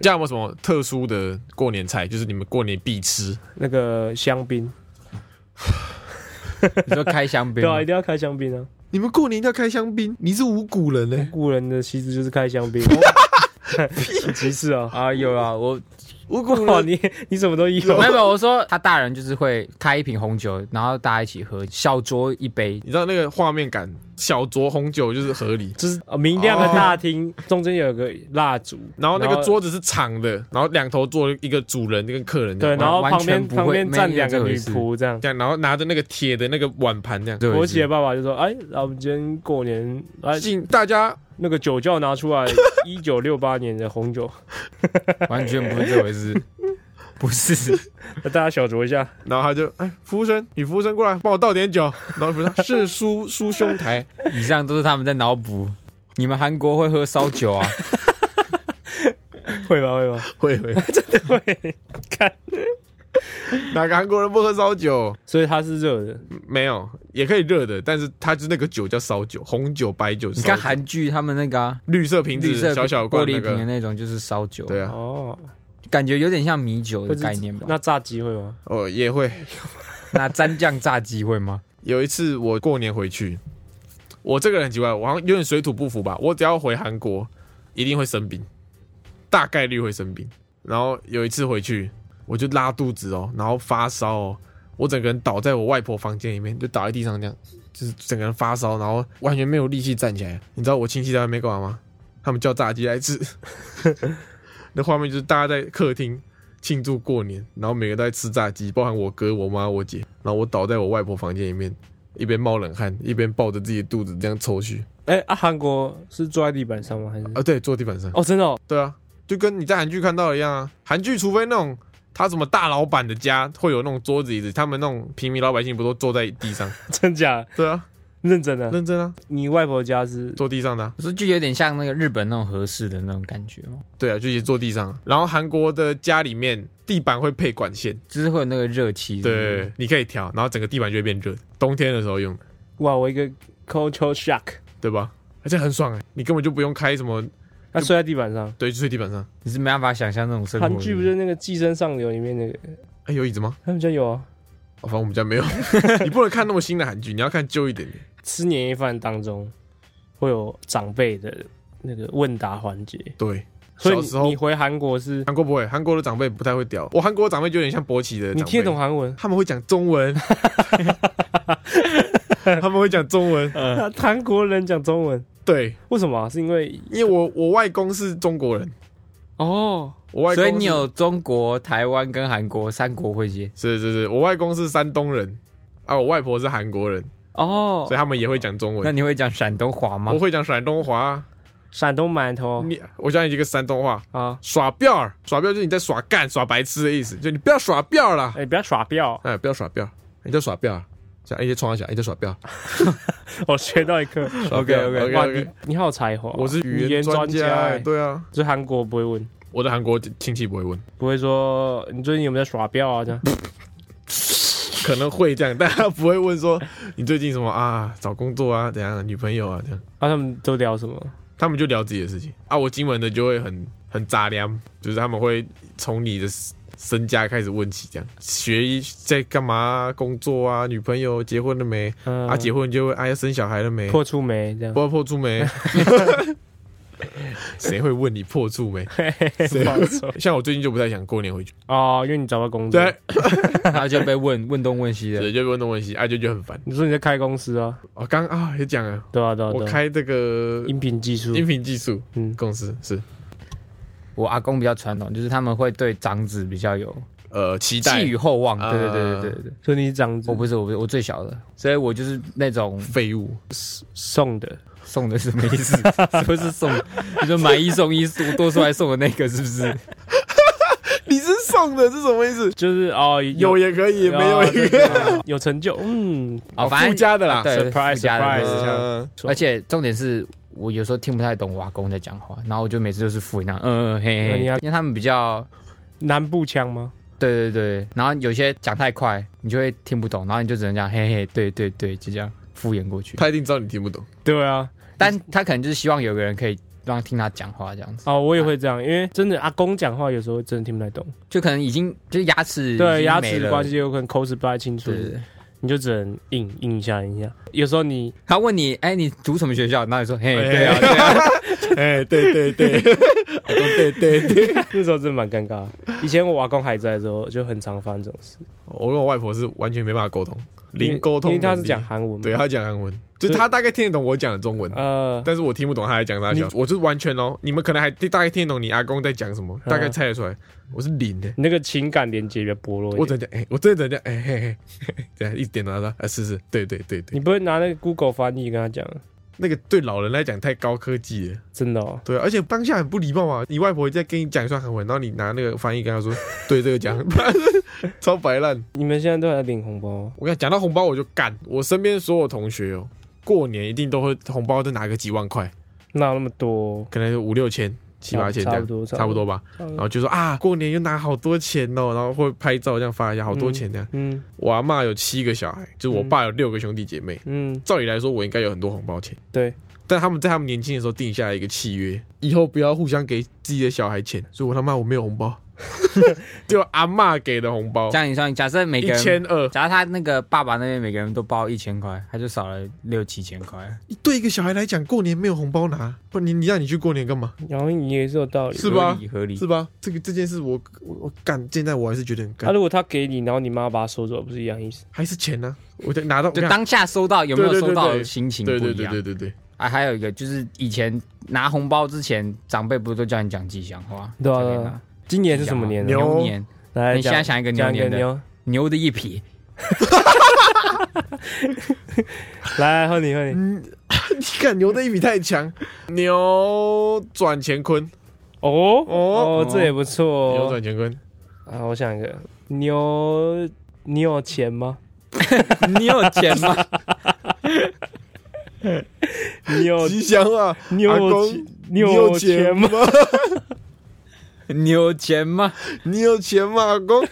Speaker 1: 这样有没有什么特殊的过年菜？就是你们过年必吃？
Speaker 2: 那个香槟，
Speaker 3: 你说开香槟
Speaker 2: 对
Speaker 3: 吗
Speaker 2: 啊，一？定要开香槟啊！
Speaker 1: 你们过年一定要开香槟？你是五谷人呢、
Speaker 2: 古人的习俗就是开香 槟， 很歧视啊！
Speaker 3: 啊，有啊，我
Speaker 1: 五谷
Speaker 2: 哇，
Speaker 1: 人
Speaker 2: 你你什么都有，
Speaker 3: 没有没有，我说他大人就是会开一瓶红酒，然后大家一起喝，小酌一杯。
Speaker 1: 你知道那个画面感，小酌红酒就是合理。
Speaker 2: 就是呃明亮的大厅，中间有个蜡烛，
Speaker 1: 然后那个桌子是长的，然后两头坐一个主人跟客人这
Speaker 2: 对，
Speaker 1: 样，
Speaker 2: 然后
Speaker 3: 完
Speaker 2: 旁边
Speaker 3: 完全不
Speaker 2: 旁
Speaker 3: 会
Speaker 2: 边站两个
Speaker 3: 没有这
Speaker 2: 女
Speaker 3: 回事
Speaker 2: 仆这样。
Speaker 1: 这样，然后拿着那个铁的那个碗盘这样。
Speaker 3: 对，
Speaker 2: 国企的爸爸就说：“哎，那我们今天过年，哎，
Speaker 1: 进大家
Speaker 2: 那个酒窖拿 出来，一九六八年的红酒，
Speaker 3: 完全不是这回事，不是。
Speaker 2: 大家小酌一下。
Speaker 1: 然后他就哎，服务生，女服务生过来帮我倒点酒。然后服务生是叔叔兄台，
Speaker 3: 以上都是他们在脑补。你们韩国会喝烧酒啊？
Speaker 2: 会吧，会吧，
Speaker 1: 会会，
Speaker 2: 会。看，
Speaker 1: 哪个韩国人不喝烧酒？
Speaker 2: 所以它是热的，
Speaker 1: 没有，也可以热的，但是它就那个酒叫烧酒，红酒、白酒。
Speaker 3: 你
Speaker 1: 烧
Speaker 3: 看
Speaker 1: 酒
Speaker 3: 韩剧他们那个、啊、
Speaker 1: 绿色瓶
Speaker 3: 绿色
Speaker 1: 子、小小
Speaker 3: 玻
Speaker 1: 罐
Speaker 3: 璃
Speaker 1: 那
Speaker 3: 瓶的
Speaker 1: 个，
Speaker 3: 那种就是烧酒，
Speaker 1: 对啊，
Speaker 2: 哦，
Speaker 3: 感觉有点像米酒的概念吧？
Speaker 2: 那炸鸡会吗？
Speaker 1: 哦也会。
Speaker 3: 那蘸酱炸鸡会吗？
Speaker 1: 有一次我过年回去，我这个人很奇怪，我好像有点水土不服吧。我只要回韩国，一定会生病，大概率会生病。然后有一次回去，我就拉肚子哦，然后发烧哦，我整个人倒在我外婆房间里面，就倒在地上这样，就是整个人发烧，然后完全没有力气站起来。你知道我亲戚在外面干嘛吗？他们叫炸鸡来吃。 那画面就是大家在客厅庆祝过年，然后每个都在吃炸鸡，包含我哥、我妈、我姐，然后我倒在我外婆房间里面，一边冒冷汗，一边抱着自己的肚子这样抽搐。
Speaker 2: 哎啊，韩国是坐在地板上吗？还是？
Speaker 1: 啊，对，坐地板上。
Speaker 2: 哦，真的哦，
Speaker 1: 对啊，就跟你在韩剧看到的一样啊。韩剧除非那种他什么大老板的家会有那种桌子椅子，他们那种平民老百姓不都坐在地上？
Speaker 2: 真假？
Speaker 1: 对啊，
Speaker 2: 认真的，
Speaker 1: 认真啊，
Speaker 2: 你外婆家是
Speaker 1: 坐地上的、啊。
Speaker 3: 我说就有点像那个日本那种合适的那种感觉哦，
Speaker 1: 对啊，就也坐地上啊。然后韩国的家里面地板会配管线，
Speaker 3: 就是会有那个热气。是
Speaker 1: 对，你可以调，然后整个地板就会变热，冬天的时候用的，
Speaker 2: 哇，我一个 culture shock，
Speaker 1: 对吧？而且很爽哎、你根本就不用开什么，
Speaker 2: 他睡在地板上。
Speaker 1: 对，就睡地板上。
Speaker 3: 不是，你是没办法想象那种生活。
Speaker 2: 韩剧不是那个《寄生上流》里面那个，
Speaker 1: 哎，有椅子吗？
Speaker 2: 他们家有啊。
Speaker 1: 哦，反正我们家没有。 你不能看那么新的韩剧，你要看旧一点的。
Speaker 2: 吃年夜饭当中会有长辈的那个问答环节，
Speaker 1: 对，
Speaker 2: 所以
Speaker 1: 小时候
Speaker 2: 你你回韩国是
Speaker 1: 韩国不会，韩国的长辈不太会屌。我韩国的长辈就有点像勃起的长辈，
Speaker 2: 你听得懂韩文，
Speaker 1: 他们会讲中 文，他们会讲中文。
Speaker 2: 那韩国人讲中文，
Speaker 1: 对，
Speaker 2: 为什么啊、是因为
Speaker 1: 因为我我外公是中国人，
Speaker 2: 哦，
Speaker 1: 我外公
Speaker 3: 所
Speaker 1: 是
Speaker 3: 以你有中国、台湾跟韩国三国会接
Speaker 1: 是是是，我外公是山东人啊，我外婆是韩国人，
Speaker 3: 哦
Speaker 1: 所以他们也会讲中
Speaker 3: 那
Speaker 1: 文。
Speaker 3: 你会讲山东话吗
Speaker 1: 我？会讲山东话，
Speaker 2: 山东馒头
Speaker 1: 你我教你一个山东话，
Speaker 2: 啊，
Speaker 1: 耍彪儿，耍彪就是你在耍干、耍白痴的意思，就你不要耍彪儿啦
Speaker 2: 哎、，不要耍彪，
Speaker 1: 哎，不要耍彪儿，你在耍彪儿，讲哎，你在冲一下，哎，你在耍彪儿。
Speaker 2: 我学到一课，
Speaker 1: OK，OK，OK
Speaker 2: 哇，你你好有才华，
Speaker 1: 我是语
Speaker 2: 哦语
Speaker 1: 言
Speaker 2: 言
Speaker 1: 专
Speaker 2: 家、
Speaker 1: 家、哎
Speaker 2: 哎
Speaker 1: 对啊，
Speaker 2: 就韩国不会问，
Speaker 1: 我在韩国亲戚不会问，
Speaker 2: 不会说你最近有没有在耍彪啊这样，
Speaker 1: 可能会这样，但他不会问说你最近什么啊，找工作啊，怎样，女朋友啊，这样，
Speaker 2: 啊他们都聊什么？
Speaker 1: 他们就聊自己的事情啊。我金门的就会很 很杂粮，就是他们会从你的身家开始问起，这样学一在干嘛、工作啊，女朋友结婚了没？
Speaker 2: 嗯、
Speaker 1: 啊，结婚就会哎呀，生小孩了没？
Speaker 2: 破处没这样？
Speaker 1: 破破处没？ 谁会问你破处没？
Speaker 2: 嘿嘿嘿放手
Speaker 1: 像我最近就不太想过年回去，
Speaker 2: 哦，因为你找到工作，
Speaker 1: 对，
Speaker 3: 然后就被问问东问西的。
Speaker 1: 对，就问东问西，啊，就觉得很烦。
Speaker 2: 你说你在开公司啊？
Speaker 1: 哦，刚啊也讲了，
Speaker 2: 对啊，对啊，
Speaker 1: 我
Speaker 2: 对啊。
Speaker 1: 开这个
Speaker 2: 音频技术，
Speaker 1: 音频技术
Speaker 2: 嗯，
Speaker 1: 公司是
Speaker 3: 我阿公比较传统，就是他们会对长子比较有
Speaker 1: 呃期
Speaker 3: 寄
Speaker 1: 待
Speaker 3: 予厚望。
Speaker 2: 啊
Speaker 1: 呃
Speaker 3: 对对对对对对，
Speaker 2: 所以你是长子
Speaker 3: 我不是我不是我最小的，所以我就是那种
Speaker 1: 废物，
Speaker 2: 送的，
Speaker 3: 送的是什么意 思？是不是送？你说买一送一，多出来送的那个是不是？
Speaker 1: 你是送的是什么意思？
Speaker 2: 就是哦，
Speaker 1: 有也可以，没有
Speaker 2: 哦
Speaker 1: 也可以
Speaker 2: 对对 对有成就，嗯，
Speaker 3: 哦，反
Speaker 1: 附
Speaker 3: 正
Speaker 1: 加的啦。
Speaker 3: 对
Speaker 2: surprise，
Speaker 3: 附加的
Speaker 2: surprise
Speaker 3: 对
Speaker 1: 呃
Speaker 3: 而且重点是我有时候听不太懂我阿公在讲话，然后我就每次就是敷衍他，嗯嗯嘿
Speaker 2: 那
Speaker 3: 嘿，
Speaker 2: 你
Speaker 3: 因
Speaker 2: 要
Speaker 3: 为他们比较。
Speaker 2: 南部腔吗？
Speaker 3: 对对对，然后有些讲太快，你就会听不懂，然后你就只能讲嘿嘿，对对对，就这样敷衍过去。
Speaker 1: 他一定知道你听不懂，
Speaker 2: 对啊，
Speaker 3: 但他可能就是希望有个人可以让听他讲话这样子，
Speaker 2: 哦，我也会这样，因为真的阿公讲话有时候真的听不太懂，
Speaker 3: 就可能已经就是牙齿已
Speaker 2: 对
Speaker 3: 经
Speaker 2: 牙
Speaker 3: 没
Speaker 2: 齿的
Speaker 3: 了
Speaker 2: 关系有可能口齿不太清楚
Speaker 3: 对，对对。
Speaker 2: 你就只能硬硬一下硬一下。有时候你
Speaker 3: 他问你，哎，你读什么学校？然后你说，嘿，
Speaker 1: 哎
Speaker 3: 对啊，对啊，
Speaker 1: 哎，对对 对，哦对对对，
Speaker 2: 那时候真的蛮尴尬的。以前我阿公还在的时候，就很常发生这种事，
Speaker 1: 我跟我外婆是完全没办法沟通，零沟通
Speaker 2: 因
Speaker 1: 能力，
Speaker 2: 为他是讲嗯韩文嘛，
Speaker 1: 对，啊他讲韩文，就是他大概听得懂我讲的中文，
Speaker 2: 呃，
Speaker 1: 但是我听不懂他在讲啥
Speaker 2: 你
Speaker 1: 笑，我就是完全哦，你们可能还大概听得懂你阿公在讲什么，
Speaker 2: 嗯
Speaker 1: 大概猜得出来，我是零的。
Speaker 2: 你那个情感连接比较薄弱一
Speaker 1: 我
Speaker 2: 点。
Speaker 1: 怎讲？哎、我真的怎讲？哎、嘿嘿嘿，这样一直点头他说，哎、是是，对对对对，
Speaker 2: 你不会拿那个 Google 翻译跟他讲，
Speaker 1: 那个对老人来讲太高科技了，
Speaker 2: 真的哦。
Speaker 1: 对，啊而且当下很不礼貌啊！你外婆在跟你讲一串韩文，然后你拿那个翻译跟她说，对这个 讲，超白烂。
Speaker 2: 你们现在都还领红包，
Speaker 1: 我跟你讲讲到红包我就干，我身边所有同学哦，过年一定都会红包都拿个几万块，
Speaker 2: 哪有那么多？
Speaker 1: 可能五六千、七八千这
Speaker 2: 差
Speaker 1: 样
Speaker 2: 不，多，
Speaker 1: 差不多。吧。
Speaker 2: 差不
Speaker 1: 然
Speaker 2: 多
Speaker 1: 后就说啊，过年又拿好多钱哦，然后会拍照这样发一下，好多钱这样。
Speaker 2: 嗯
Speaker 1: 我阿妈有七个小孩，就是我爸有六个兄弟姐妹。
Speaker 2: 嗯，
Speaker 1: 照理来说，我应该有很多红包钱。
Speaker 2: 对，
Speaker 1: 但他们在他们年轻的时候定下来一个契约，以后不要互相给自己的小孩钱，所以我他妈我没有红包，就阿嬷给的红包
Speaker 3: 这，样你算，假设每
Speaker 1: 一
Speaker 3: 个人，
Speaker 1: 千二，
Speaker 3: 假设他那个爸爸那边每个人都包一千块，他就少了六七千块。
Speaker 1: 对一个小孩来讲，过年没有红包拿，不然你你让你去过年干嘛？
Speaker 2: 嗯然后你也是有道理。
Speaker 1: 是吧
Speaker 3: 合理合理
Speaker 1: 是。吧？这个这件事我我我干，现在我还是觉得很
Speaker 2: 那
Speaker 3: 啊
Speaker 1: 干，
Speaker 2: 啊如果他给你，然后你妈把他收走，不是一样意思？
Speaker 1: 还是钱呢、我在拿到，
Speaker 3: 就当下收到有没有
Speaker 1: 对对对
Speaker 3: 收到，
Speaker 1: 对
Speaker 3: 的心情不一
Speaker 1: 对
Speaker 3: 样。
Speaker 1: 对对对对对，
Speaker 3: 啊，还有一个就是以前拿红包之前，长辈不是都叫你讲吉祥话？
Speaker 2: 对啊
Speaker 3: 才可以
Speaker 2: 对啊
Speaker 3: 拿
Speaker 2: 今年是什么年呢？
Speaker 1: 牛
Speaker 3: 牛年，
Speaker 2: 来
Speaker 3: 你现在
Speaker 2: 讲
Speaker 3: 想一个牛
Speaker 2: 讲一个
Speaker 3: 年的
Speaker 2: 牛，
Speaker 3: 牛的一撇，
Speaker 2: 来喝你喝 你。
Speaker 1: 嗯，你看牛的一笔太 强，牛转乾坤，
Speaker 2: 哦
Speaker 1: 哦
Speaker 2: 哦，这也不错
Speaker 1: 牛
Speaker 2: 哦。
Speaker 1: 转乾坤，
Speaker 2: 啊，我想一个牛，你有钱吗？
Speaker 3: 你有钱吗？
Speaker 2: 你有
Speaker 1: 吉祥 啊！
Speaker 2: 你有
Speaker 1: 阿公
Speaker 2: 钱你有钱吗？？
Speaker 3: 你有钱吗
Speaker 1: 你有钱吗，阿 公？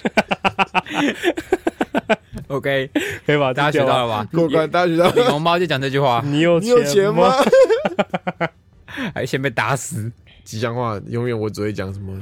Speaker 3: ？OK，
Speaker 1: 啊
Speaker 2: 可以把
Speaker 3: 大家学到了吧？
Speaker 1: 过关大学到
Speaker 3: 领红包就讲这句话，
Speaker 2: 你有
Speaker 1: 你有钱吗？？
Speaker 3: 还哎先被打死。
Speaker 1: 吉祥话永远我只会讲什么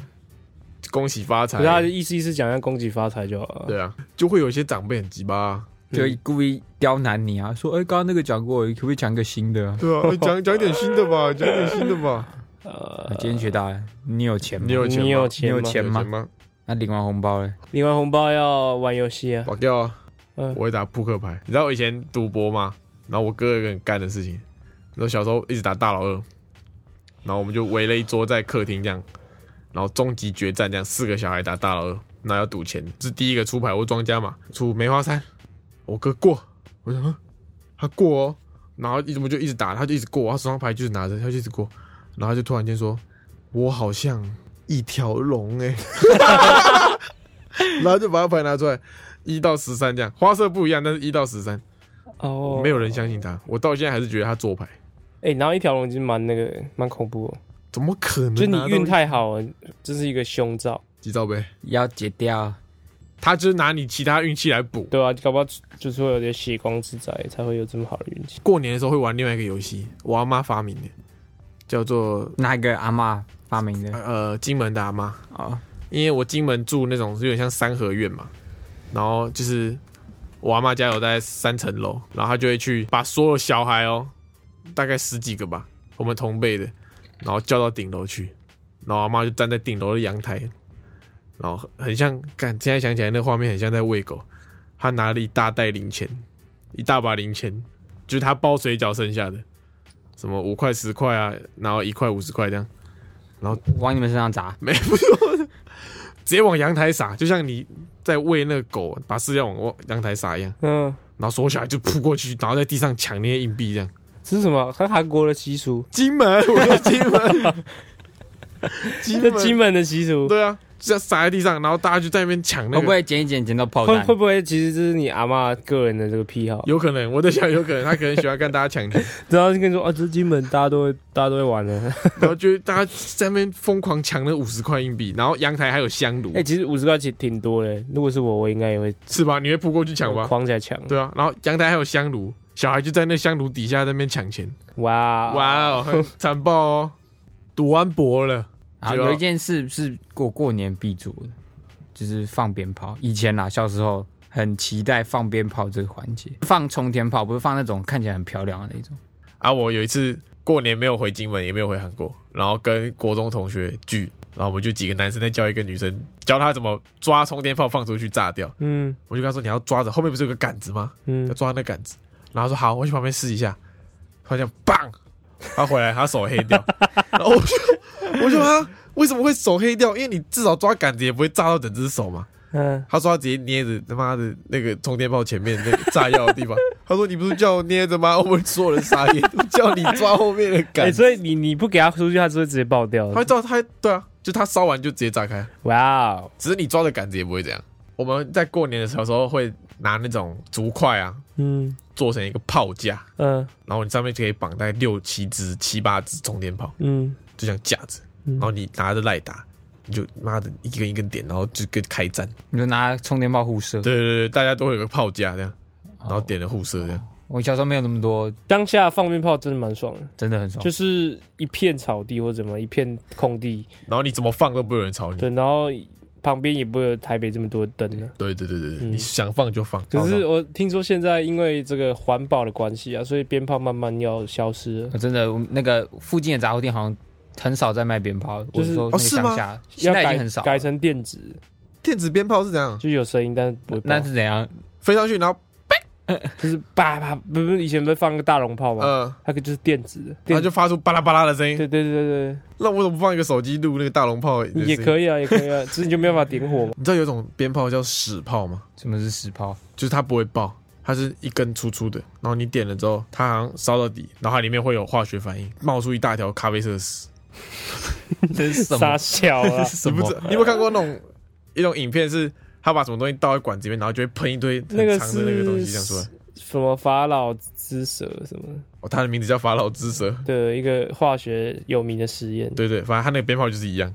Speaker 1: 恭喜发财
Speaker 2: 不是，，他的意思意思讲一下恭喜发财就好了。
Speaker 1: 对啊，就会有一些长辈很鸡巴啊，
Speaker 3: 就故意刁难你啊，说哎，刚刚那个讲过，可不可以讲一个新的啊？
Speaker 1: 对啊，讲讲点新的吧，讲点新的吧。
Speaker 2: 呃，
Speaker 3: 今天学到了，你有钱吗
Speaker 1: 你？有钱吗？
Speaker 2: 你有
Speaker 3: 你
Speaker 2: 钱
Speaker 3: 有
Speaker 2: 吗？
Speaker 3: 钱吗
Speaker 1: 有吗？
Speaker 3: 那领完红包嘞？
Speaker 2: 领完红包要玩游戏啊。
Speaker 1: 我掉啊！
Speaker 2: 嗯
Speaker 1: 我会打扑克牌。你知道我以前赌博嘛？然后我哥有一个很干的事情，然后小时候一直打大老二，然后我们就围了一桌在客厅这样，然后终极决战这样，四个小孩打大老二，那要赌钱，这第一个出牌，我庄家嘛，出梅花三，我哥过，我想嗯他过哦，然后一直我们就一直打，他就一直过，他手上牌就是拿着，他就一直过，然后他就突然间说，我好像一条龙哎、 然后就把他牌拿出来，一到十三这样，花色不一样，但是一到十三，
Speaker 2: 哦，
Speaker 1: 没有人相信他，我到现在还是觉得他做牌，
Speaker 2: 哎、然后一条龙已经蛮那个蛮恐怖哦，
Speaker 1: 怎么可能、啊？
Speaker 2: 就你运太好了，这是一个凶兆，
Speaker 1: 几兆杯，
Speaker 3: 要解掉。
Speaker 1: 他就是拿你其他运气来补。
Speaker 2: 对啊，搞不好就是会有点血光之灾，才会有这么好的运气。
Speaker 1: 过年的时候会玩另外一个游戏，我阿妈发明的，叫做
Speaker 3: 那一个阿嬷发明的
Speaker 1: 呃金门的阿妈，
Speaker 3: 哦，
Speaker 1: 因为我金门住那种有点像三合院嘛，然后就是我阿妈家有大概三层楼，然后她就会去把所有小孩哦，大概十几个吧，我们同辈的，然后叫到顶楼去，然后我阿妈就站在顶楼的阳台，然后很像，看现在想起来那画面很像在喂狗，她拿了一大袋零钱，一大把零钱，就是她包水饺剩下的，什么五块十块啊，然后一块五十块这样。
Speaker 3: 往你们身上砸。
Speaker 1: 没不是， 直接往阳台撒，就像你在喂那个狗，把饲料往往阳台撒一样，
Speaker 2: 嗯，
Speaker 1: 然后缩小来就扑过去，然后在地上抢那些硬币，这样。
Speaker 2: 这是什么？它韩国的习俗，
Speaker 1: 金门，我说金门，金
Speaker 2: 这
Speaker 1: 门，
Speaker 2: 金门的习俗。
Speaker 1: 对啊，这样撒在地上，然后大家就在那边抢那
Speaker 3: 哦会不
Speaker 1: 个。
Speaker 3: 会捡一捡捡到炮
Speaker 2: 会
Speaker 3: 弹
Speaker 2: 会？不会其实这是你阿嬷个人的这个癖好？
Speaker 1: 有可能，我在想，有可能他可能喜欢看大家抢钱，
Speaker 2: 然后就跟你说啊，这金门大家都会大家都会玩的。
Speaker 1: 然后就大家在那边疯狂抢那五十块硬币，然后阳台还有香炉
Speaker 2: 哎、，其实五十块钱挺多的，如果是我，我应该也会
Speaker 1: 是吧？你会扑过去抢吧？
Speaker 2: 框起来抢。
Speaker 1: 对啊，然后阳台还有香炉，小孩就在那香炉底下在那边抢钱，
Speaker 2: 哇
Speaker 1: 哇哦，很惨爆哦！赌完博了，
Speaker 3: 啊，
Speaker 1: 就要
Speaker 3: 有一件事是过过年必做的，就是放鞭炮。以前啦，小时候很期待放鞭炮这个环节，放冲天炮，不是放那种看起来很漂亮的那种。
Speaker 1: 啊，我有一次过年没有回金门，也没有回韩国，然后跟国中同学聚，然后我们就几个男生在教一个女生，教她怎么抓充电炮放出去炸掉。
Speaker 2: 嗯
Speaker 1: 我就跟她说你要抓着，后面不是有个杆子吗？要
Speaker 2: 嗯，
Speaker 1: 抓那杆子。然后她说好，我去旁边试一下。她这样棒，她回来她手黑掉，然后我就我就她为什么会手黑掉？因为你至少抓杆子也不会炸到整只手嘛。
Speaker 3: 呃
Speaker 2: 嗯，
Speaker 1: 他说他直接捏着他妈的那个充电炮前面那个炸药的地方。 他说你不是叫我捏着吗？我们所有人傻眼，叫你抓后面的
Speaker 2: 哎、
Speaker 1: 杆。
Speaker 2: 所以你你不给他出去，他就会直接爆掉
Speaker 1: 他。会照他对啊，就他烧完就直接炸开，啊
Speaker 2: 哇哦，
Speaker 1: 只是你抓的杆子也不会这样。我们在过年的时候时候会拿那种竹筷啊，
Speaker 2: 嗯
Speaker 1: 做成一个炮架，
Speaker 2: 嗯
Speaker 1: 然后你上面就可以绑带六七只、七八只充电炮，
Speaker 2: 嗯，
Speaker 1: 就像架子，
Speaker 2: 嗯
Speaker 1: 然后你拿着赖打。你就妈的一根一根点，然后就跟开战。
Speaker 3: 你就拿冲天炮互射。
Speaker 1: 对对对，大家都会有个炮架这样，然后
Speaker 3: 哦
Speaker 1: 点了互射这样。
Speaker 3: 我小时候没有那么多，
Speaker 2: 当下放鞭炮真的蛮爽的，
Speaker 3: 真的很爽。
Speaker 2: 就是一片草地或者什么一片空地，
Speaker 1: 然后你怎么放都不会有人吵你。
Speaker 2: 对，然后旁边也不会有台北这么多灯呢。
Speaker 1: 对对对对对，
Speaker 2: 嗯
Speaker 1: 你想放就放。
Speaker 2: 可是我听说现在因为这个环保的关系啊，所以鞭炮慢慢要消失了，
Speaker 3: 我真的，我们那个附近的杂货店好像很少在卖鞭炮，
Speaker 2: 就是
Speaker 3: 我说那个
Speaker 1: 哦是吗
Speaker 3: 乡下
Speaker 2: 要
Speaker 3: 现在已
Speaker 2: 改
Speaker 3: 经很少了
Speaker 2: 改成电子，
Speaker 1: 电子鞭炮是怎样？
Speaker 2: 就有声音，但是不会爆
Speaker 3: 那是怎样？
Speaker 1: 飞上去，然后
Speaker 2: 就是叭叭，不不，以前不是放个大龙炮吗？
Speaker 1: 呃，
Speaker 2: 那个就是电子的，
Speaker 1: 它
Speaker 2: 电
Speaker 1: 就发出巴拉巴拉的声音。
Speaker 2: 对对对对
Speaker 1: 那我怎么不放一个手机录那个大龙炮？
Speaker 2: 对，也
Speaker 1: 以。
Speaker 2: 可以啊，也可以啊，只是你就没有办法点 火嘛。
Speaker 1: 你知道有一种鞭炮叫屎炮吗？
Speaker 3: 什么是实炮？
Speaker 1: 就是它不会爆，它是一根粗粗的，然后你点了之后，它好像烧到底，然后它里面会有化学反应，冒出一大条咖啡色的屎。
Speaker 3: 这是什
Speaker 2: 傻
Speaker 3: 么？，
Speaker 2: 小 啊
Speaker 3: 什
Speaker 1: 你不
Speaker 3: 么
Speaker 1: 知？你有没有看过那种一种影片是？他把什么东西倒在管子里面，然后就会喷一堆很
Speaker 2: 那个
Speaker 1: 长的那个东西
Speaker 2: 是
Speaker 1: 这样啊出来。
Speaker 2: 什么法老之蛇什么
Speaker 1: 哦，它的名字叫法老之蛇。
Speaker 2: 的一个化学有名的实验，
Speaker 1: 对对，反正他那个鞭炮就是一样，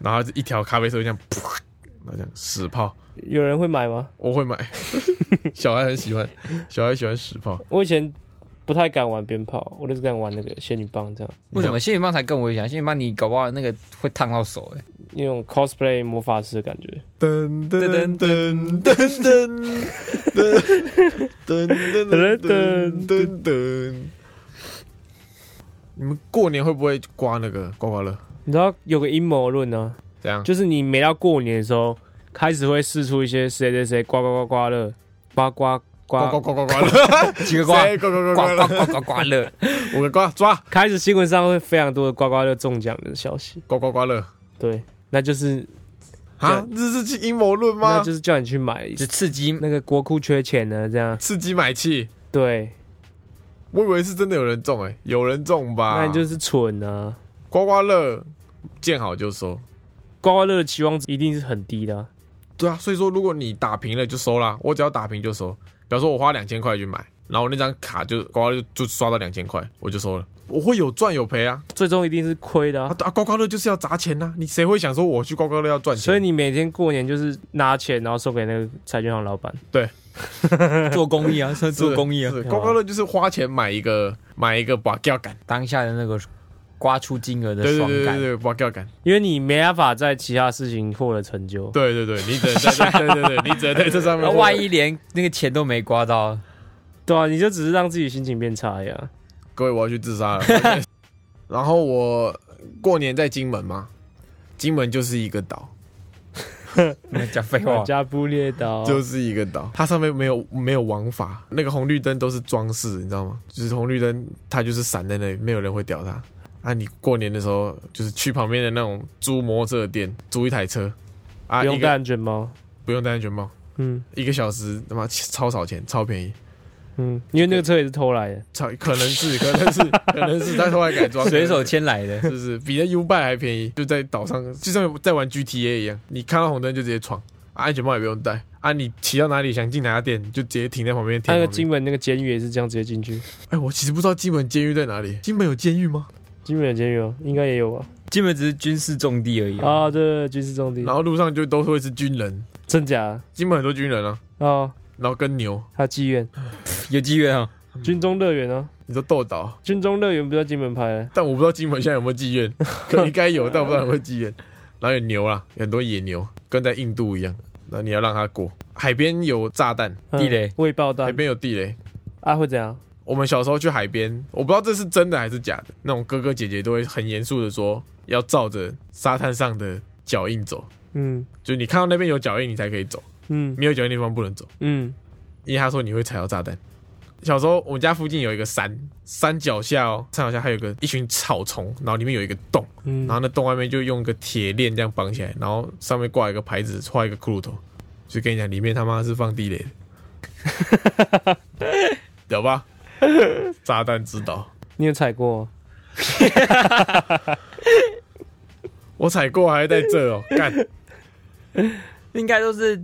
Speaker 1: 然后一条咖啡色这样，噗，然后这样屎炮，
Speaker 2: 有人会买吗？
Speaker 1: 我会买， 小孩很喜欢，小孩喜欢屎炮，
Speaker 2: 我以前不太敢玩鞭炮，我就是敢玩那个仙女棒这样，
Speaker 3: 为什么仙女棒才更危险？仙女棒你搞不好那个会烫到手哎、
Speaker 2: 那种 cosplay 魔法师的感觉。
Speaker 1: 噔噔噔噔
Speaker 3: 噔
Speaker 1: 噔噔噔 噔噔噔噔噔。你们过年会不会刮那个刮刮乐？
Speaker 2: 你知道有个阴谋论呢，
Speaker 1: 这样
Speaker 2: 就是你每到过年的时候，开始会试出一些谁谁谁刮刮刮刮乐，刮刮
Speaker 1: 刮刮
Speaker 2: 刮
Speaker 1: 刮刮刮乐，
Speaker 3: 几个刮
Speaker 1: 刮刮刮刮
Speaker 3: 刮刮
Speaker 1: 刮
Speaker 3: 刮刮刮乐，
Speaker 1: 五个刮抓
Speaker 2: 开始新闻上会非常多的刮刮乐中奖的消息，
Speaker 1: 刮刮刮乐
Speaker 2: 对，那就是
Speaker 1: 啊！这是去阴谋论
Speaker 2: 那
Speaker 1: 吗
Speaker 2: 就？是叫你去买，
Speaker 3: 就刺激
Speaker 2: 那个国库缺钱呢，这样
Speaker 1: 刺激买气。
Speaker 2: 对，
Speaker 1: 我以为是真的有人中哎、有人中吧？
Speaker 2: 那你就是蠢啊！
Speaker 1: 刮刮乐见好就收。
Speaker 2: 刮刮乐的期望值一定是很低的啊、
Speaker 1: 对啊，所以说如果你打平了就收啦，我只要打平就收。比方说我花两千块去买，然后我那张卡就刮刮乐就刷到两千块，我就收了。我会有赚有赔啊！
Speaker 2: 最终一定是亏的、
Speaker 1: 啊
Speaker 2: 啊。
Speaker 1: 啊，刮刮乐就是要砸钱呐、啊你谁会想说我去刮刮乐要赚钱？
Speaker 2: 所以你每天过年就是拿钱，然后送给那个彩券行老板。
Speaker 3: 做公益啊，算
Speaker 1: 是
Speaker 3: 做公益啊。
Speaker 1: 是刮刮乐就是花钱买一个买一个刮掉感，
Speaker 3: 当下的那个刮出金额的
Speaker 1: 对对
Speaker 3: 爽
Speaker 1: 对对
Speaker 3: 感，
Speaker 1: 对，刮掉感，
Speaker 2: 因为你没办法在其他事情获得成就，
Speaker 1: 对对对，你只能 在对对对，你只能在这上
Speaker 3: 然
Speaker 1: 面。
Speaker 3: 后万一连那个钱都没刮到，
Speaker 2: 对啊，你就只是让自己心情变差呀。
Speaker 1: 各呃位，我要去自杀 了。然后我过年在金门嘛，金门就是一个岛，
Speaker 3: 那讲废话
Speaker 2: 我。家不列啊岛，
Speaker 1: 啊就是一个岛，它上面没有没有王法，那个红绿灯都是装饰，你知道吗？就是红绿灯，它就是闪在那里，没有人会屌它。啊，你过年的时候就是去旁边的那种租摩托车的店租一台车，啊，
Speaker 2: 不
Speaker 1: 一
Speaker 2: 用戴
Speaker 1: 个
Speaker 2: 安全帽。
Speaker 1: 不用戴安全帽，
Speaker 2: 嗯
Speaker 1: 一个小时他妈超少钱，超便宜，
Speaker 2: 嗯，因为那个车也是偷来的。
Speaker 1: 超可能是 可能是可能是他后来改装，
Speaker 3: 随手牵来的。
Speaker 1: 是不是比那 U 拜还便宜？就在岛上，就像在玩 GTA 一样，你看到红灯就直接闯，啊、安全帽也不用戴啊！你骑到哪里想进哪家店，就直接停在旁边。停
Speaker 2: 那
Speaker 1: 在
Speaker 2: 个
Speaker 1: 旁边
Speaker 2: 金门那个监狱也是这样直接进去，
Speaker 1: 哎，我其实不知道金门监狱在哪里。金门有监狱吗？
Speaker 2: 金门有监狱哦，应该也有吧？
Speaker 3: 金门只是军事重地而已啊。
Speaker 2: 啊，对对对，军事重地
Speaker 1: 然，后路上就都会是军人，
Speaker 2: 真假？
Speaker 1: 金门很多军人啊，
Speaker 2: 啊，
Speaker 1: 然后跟牛，
Speaker 2: 还有妓院、
Speaker 3: 有机缘啊，
Speaker 2: 军中乐园啊，
Speaker 1: 你说斗岛，
Speaker 2: 军中乐园不是在金门拍的？
Speaker 1: 但我不知道金门现在有没有妓 院，可应该有，但我不知道有没有妓院。然后有牛啦，有很多野牛，跟在印度一样。那你要让它过，海边有炸弹，
Speaker 2: 嗯
Speaker 3: 地雷
Speaker 2: 未爆
Speaker 1: 海
Speaker 2: 弹
Speaker 1: 边有地雷，
Speaker 2: 啊，会怎样？
Speaker 1: 我们小时候去海边，我不知道这是真的还是假的。那种哥哥姐姐都会很严肃的说，要照着沙滩上的脚印走，
Speaker 2: 嗯
Speaker 1: 就是你看到那边有脚印，你才可以走，
Speaker 2: 嗯
Speaker 1: 没有脚印的地方不能走，
Speaker 2: 嗯，
Speaker 1: 因为他说你会踩到炸弹。小时候我们家附近有一个山，山脚下哦，山脚下还有个一群草丛，然后里面有一个洞，
Speaker 2: 嗯
Speaker 1: 然后那洞外面就用个铁链这样绑起来，然后上面挂一个牌子，画一个骷髅头，就跟你讲里面他妈是放地雷的， 屌吧？炸弹之岛。
Speaker 2: 你有踩过吗？
Speaker 1: 我踩过还在这哦，干
Speaker 3: 应该都是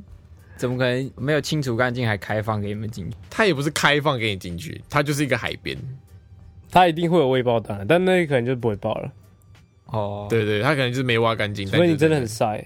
Speaker 3: 怎么可能没有清除干净还开放给你们进去？
Speaker 1: 它也不是开放给你进去，它就是一个海边，
Speaker 2: 它一定会有未爆弹，但那可能就不会爆了，
Speaker 3: 哦，，
Speaker 1: 对对，它可能就是没挖干净。
Speaker 2: 除非你真的
Speaker 1: 但
Speaker 2: 很
Speaker 1: 就是
Speaker 2: 晒。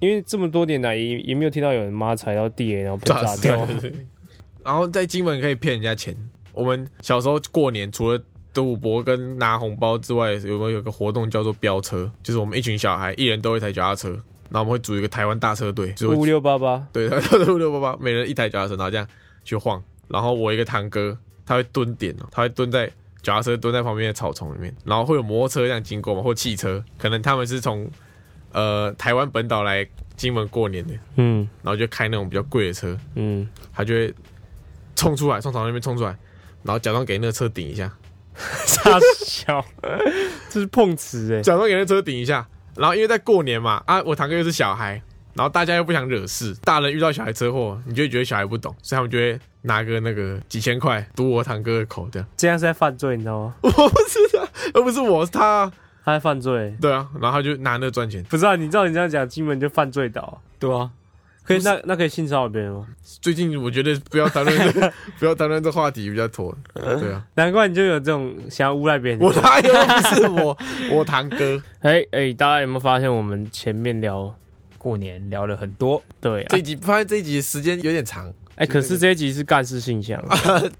Speaker 2: 因为这么多年来也也没有听到有人妈踩到地雷然后被
Speaker 1: 炸
Speaker 2: 炸
Speaker 1: 死
Speaker 2: 掉
Speaker 1: 掉，，对对 然后在金门可以骗人家钱。我们小时候过年除了赌博跟拿红包之外，有没有有个活动叫做飙车？就是我们一群小孩，一人都有一台脚踏车，然后我们会组一个台湾大车队，就是
Speaker 2: 五
Speaker 1: 会
Speaker 2: 六八八，
Speaker 1: 对， 他六六八八，每人一台脚踏车，然后这样去晃。然后我一个堂哥，他会蹲点哦，他会蹲在脚踏车蹲在旁边的草丛里面，然后会有摩托车这样经过嘛，或汽车，可能他们是从呃台湾本岛来金门过年的，
Speaker 2: 嗯
Speaker 1: 然后就开那种比较贵的车，
Speaker 2: 嗯，
Speaker 1: 他就会冲出来，从草丛那边冲出来，然后假装给那个车顶一下，
Speaker 2: 大小， 这是碰瓷哎、
Speaker 1: 假装给那车顶一下。然后因为在过年嘛，啊，我堂哥又是小孩，然后大家又不想惹事，大人遇到小孩车祸，你就会觉得小孩不懂，所以他们就会拿个那个几千块堵我堂哥的口，这样。
Speaker 2: 这样是在犯罪，你知道吗？
Speaker 1: 我不是啊，又不是我，是他啊，
Speaker 2: 他在犯罪，
Speaker 1: 对啊，然后他就拿那赚钱。
Speaker 2: 不是啊？你照你这样讲，金门就犯罪岛，
Speaker 3: 对啊，
Speaker 2: 可以那那可以性骚扰别人吗？
Speaker 1: 最近我觉得不要谈论这个，不要谈论这话题比较妥，对啊，
Speaker 2: 难怪你就有这种想要诬赖别人的
Speaker 1: 我哪有不是我，我堂哥。
Speaker 2: 哎哎、大家有没有发现我们前面聊
Speaker 3: 过年聊了很多，
Speaker 2: 对
Speaker 1: 这
Speaker 2: 啊？
Speaker 1: 一集发现这一集的时间有点长，
Speaker 2: 哎、可是这一集是干事 信箱，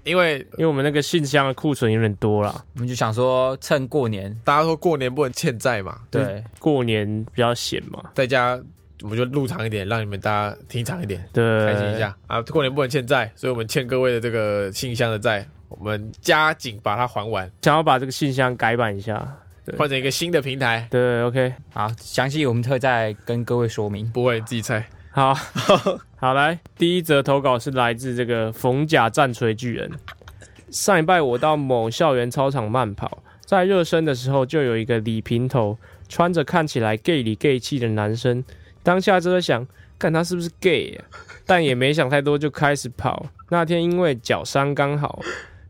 Speaker 1: 因为
Speaker 2: 因为我们那个信箱的库存有点多啦。
Speaker 3: 我们就想说趁过年，
Speaker 1: 大家说过年不能欠债嘛，啊
Speaker 3: 对，
Speaker 2: 过年比较闲嘛，
Speaker 1: 在家我们就录长一点，让你们大家听长一点，
Speaker 2: 对，
Speaker 1: 开心一下啊！过年不能欠债，所以我们欠各位的这个信箱的债，我们加紧把它还完，
Speaker 2: 想要把这个信箱改版一下，对
Speaker 1: 换成一个新的平台。
Speaker 2: 对，OK，
Speaker 3: 好，详细我们会再跟各位说明。
Speaker 1: 不会自己猜，
Speaker 2: 好，好来，第一则投稿是来自这个冯甲战锤巨人。上一拜我到某校园操场慢跑，在热身的时候，就有一个李平头穿着看起来 gay 里 gay 气的男生，当下就在想，看他是不是 gay，、啊、但也没想太多，就开始跑。那天因为脚伤刚好，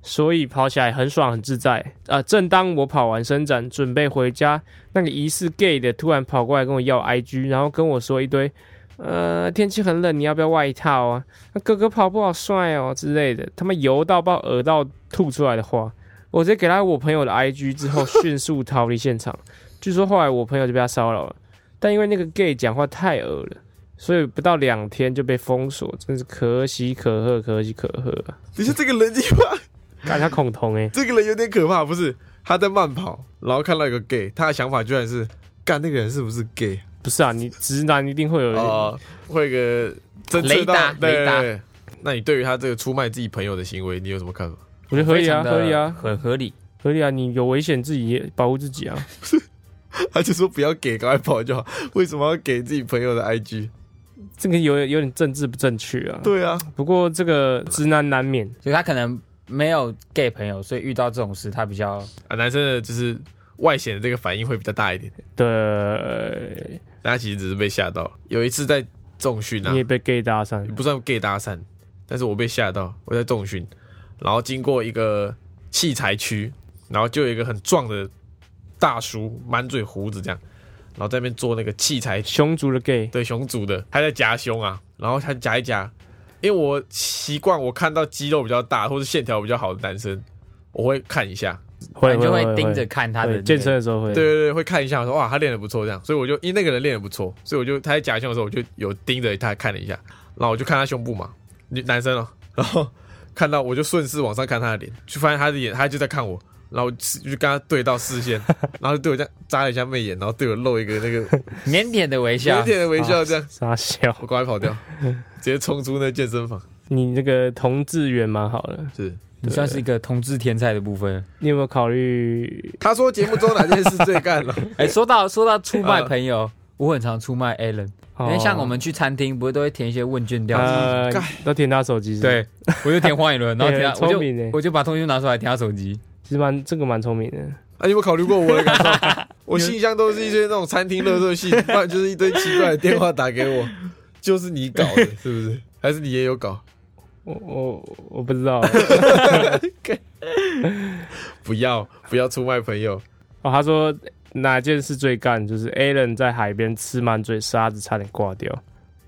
Speaker 2: 所以跑起来很爽很自在啊、呃正当我跑完伸展准备回家，那个疑似 gay 的突然跑过来跟我要 IG，然后跟我说一堆呃，天气很冷，你要不要外套啊？那哥哥跑步好帅哦之类的，他们油到爆，耳到吐出来的话，我直接给他我朋友的 IG 之后，迅速逃离现场。据说后来我朋友就被他骚扰了，但因为那个 gay 讲话太恶了，所以不到两天就被封锁，真是可喜可贺，可喜可贺啊！
Speaker 1: 你说这个人你妈，
Speaker 2: 干他恐同哎、
Speaker 1: 这个人有点可怕，不是？他在慢跑，然后看到一个 gay，他的想法居然是干那个人是不是 gay
Speaker 2: 不是啊，你直男一定会有
Speaker 1: 哦、会个侦测到
Speaker 3: 雷达
Speaker 1: 对
Speaker 3: 雷达
Speaker 1: 对对那你对于他这个出卖自己朋友的行为，你有什么看法？
Speaker 2: 我觉得合理啊，
Speaker 3: 非常地
Speaker 2: 合理啊，
Speaker 3: 很合理。
Speaker 2: 合理啊！你有危险自己也保护自己啊。
Speaker 1: 他就说不要给，赶快跑就好。为什么要给自己朋友的 IG？
Speaker 2: 这个有有点政治不正确啊。
Speaker 1: 对啊，
Speaker 2: 不过这个直男难免，
Speaker 3: 所以他可能没有 gay 朋友，所以遇到这种事他比较
Speaker 1: 啊，男生的就是外显的这个反应会比较大一点。
Speaker 2: 对，
Speaker 1: 但他其实只是被吓到。有一次在重训啊
Speaker 2: 你，也被 gay 搭讪，
Speaker 1: 不算 gay 搭讪，但是我被吓到，我在重训，然后经过一个器材区，然后就有一个很壮的大叔，满嘴胡子这样，然后在那边做那个器材
Speaker 2: 熊族的 gay，
Speaker 1: 对熊组的，他在夹胸啊，然后他夹一夹，因为我习惯我看到肌肉比较大或是线条比较好的男生，我会看一下，
Speaker 2: 会
Speaker 3: 你就会盯着看他
Speaker 2: 对
Speaker 3: 的那个
Speaker 2: 健身。的时候会，
Speaker 1: 对对对，会看一下，我说哇他练的不错这样，所以我就因为那个人练的不错，所以我就他在夹胸的时候我就有盯着他看了一下，然后我就看他胸部嘛，女男生哦，然后看到我就顺势往上看他的脸，就发现他的眼他就在看我。然后我就跟他对到视线，然后就对我这样眨了一下媚眼，然后对我露一个那个
Speaker 3: 腼腆的微笑
Speaker 1: 腼，腆的微笑， 这样
Speaker 2: 傻笑。
Speaker 1: 我赶快跑掉，哦直接冲出那健身房。
Speaker 2: 你那个同志缘蛮好的，
Speaker 1: 是，
Speaker 3: 你算是一个同志天才的部分。
Speaker 2: 你有没有考虑？
Speaker 1: 他说节目中哪件事最干了？
Speaker 3: 哎，说到说到出
Speaker 2: 呃
Speaker 3: 卖朋友，我很常出卖 Alan，因
Speaker 2: 因
Speaker 3: 为像我们去餐厅，不是都会填一些问卷调查？
Speaker 2: 哦呃
Speaker 1: 干，
Speaker 2: 都填他手机，，
Speaker 3: 对，我就填黄雨伦，然后 填他，
Speaker 2: 哎很
Speaker 3: 我
Speaker 2: 聪
Speaker 3: 就
Speaker 2: 明哎
Speaker 3: 我就把通讯录拿出来填他手机。
Speaker 2: 其实蛮这个蛮聪明的。
Speaker 1: 啊，你有没有考虑过我的感受？ 我信箱都是一堆那种餐厅乐色信，不然就是一堆奇怪的电话打给 我，就是你搞的，是不是？还是你也有搞？
Speaker 2: 我我我不 知道
Speaker 1: 不要不要出卖朋友，
Speaker 2: 哦，他说哪件事最干？就是 Alan 在海边吃满嘴沙子，差点挂掉。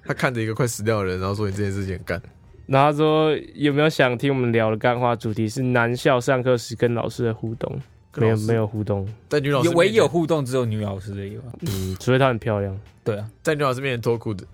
Speaker 1: 他看着一个快死掉的人，然后说你这件事情很干。
Speaker 2: 然后他说有没有想听我们聊的干话？主题是男校上课时跟老师的互动，
Speaker 1: 跟
Speaker 2: 没
Speaker 1: 老
Speaker 2: 有
Speaker 1: 师
Speaker 2: 没有互动，
Speaker 1: 在女老师
Speaker 3: 有唯
Speaker 1: 面前
Speaker 3: 有互动只有女老师的一个吧。
Speaker 2: 嗯，除非她很漂亮。
Speaker 3: 对啊，
Speaker 1: 在女老师面前脱裤子，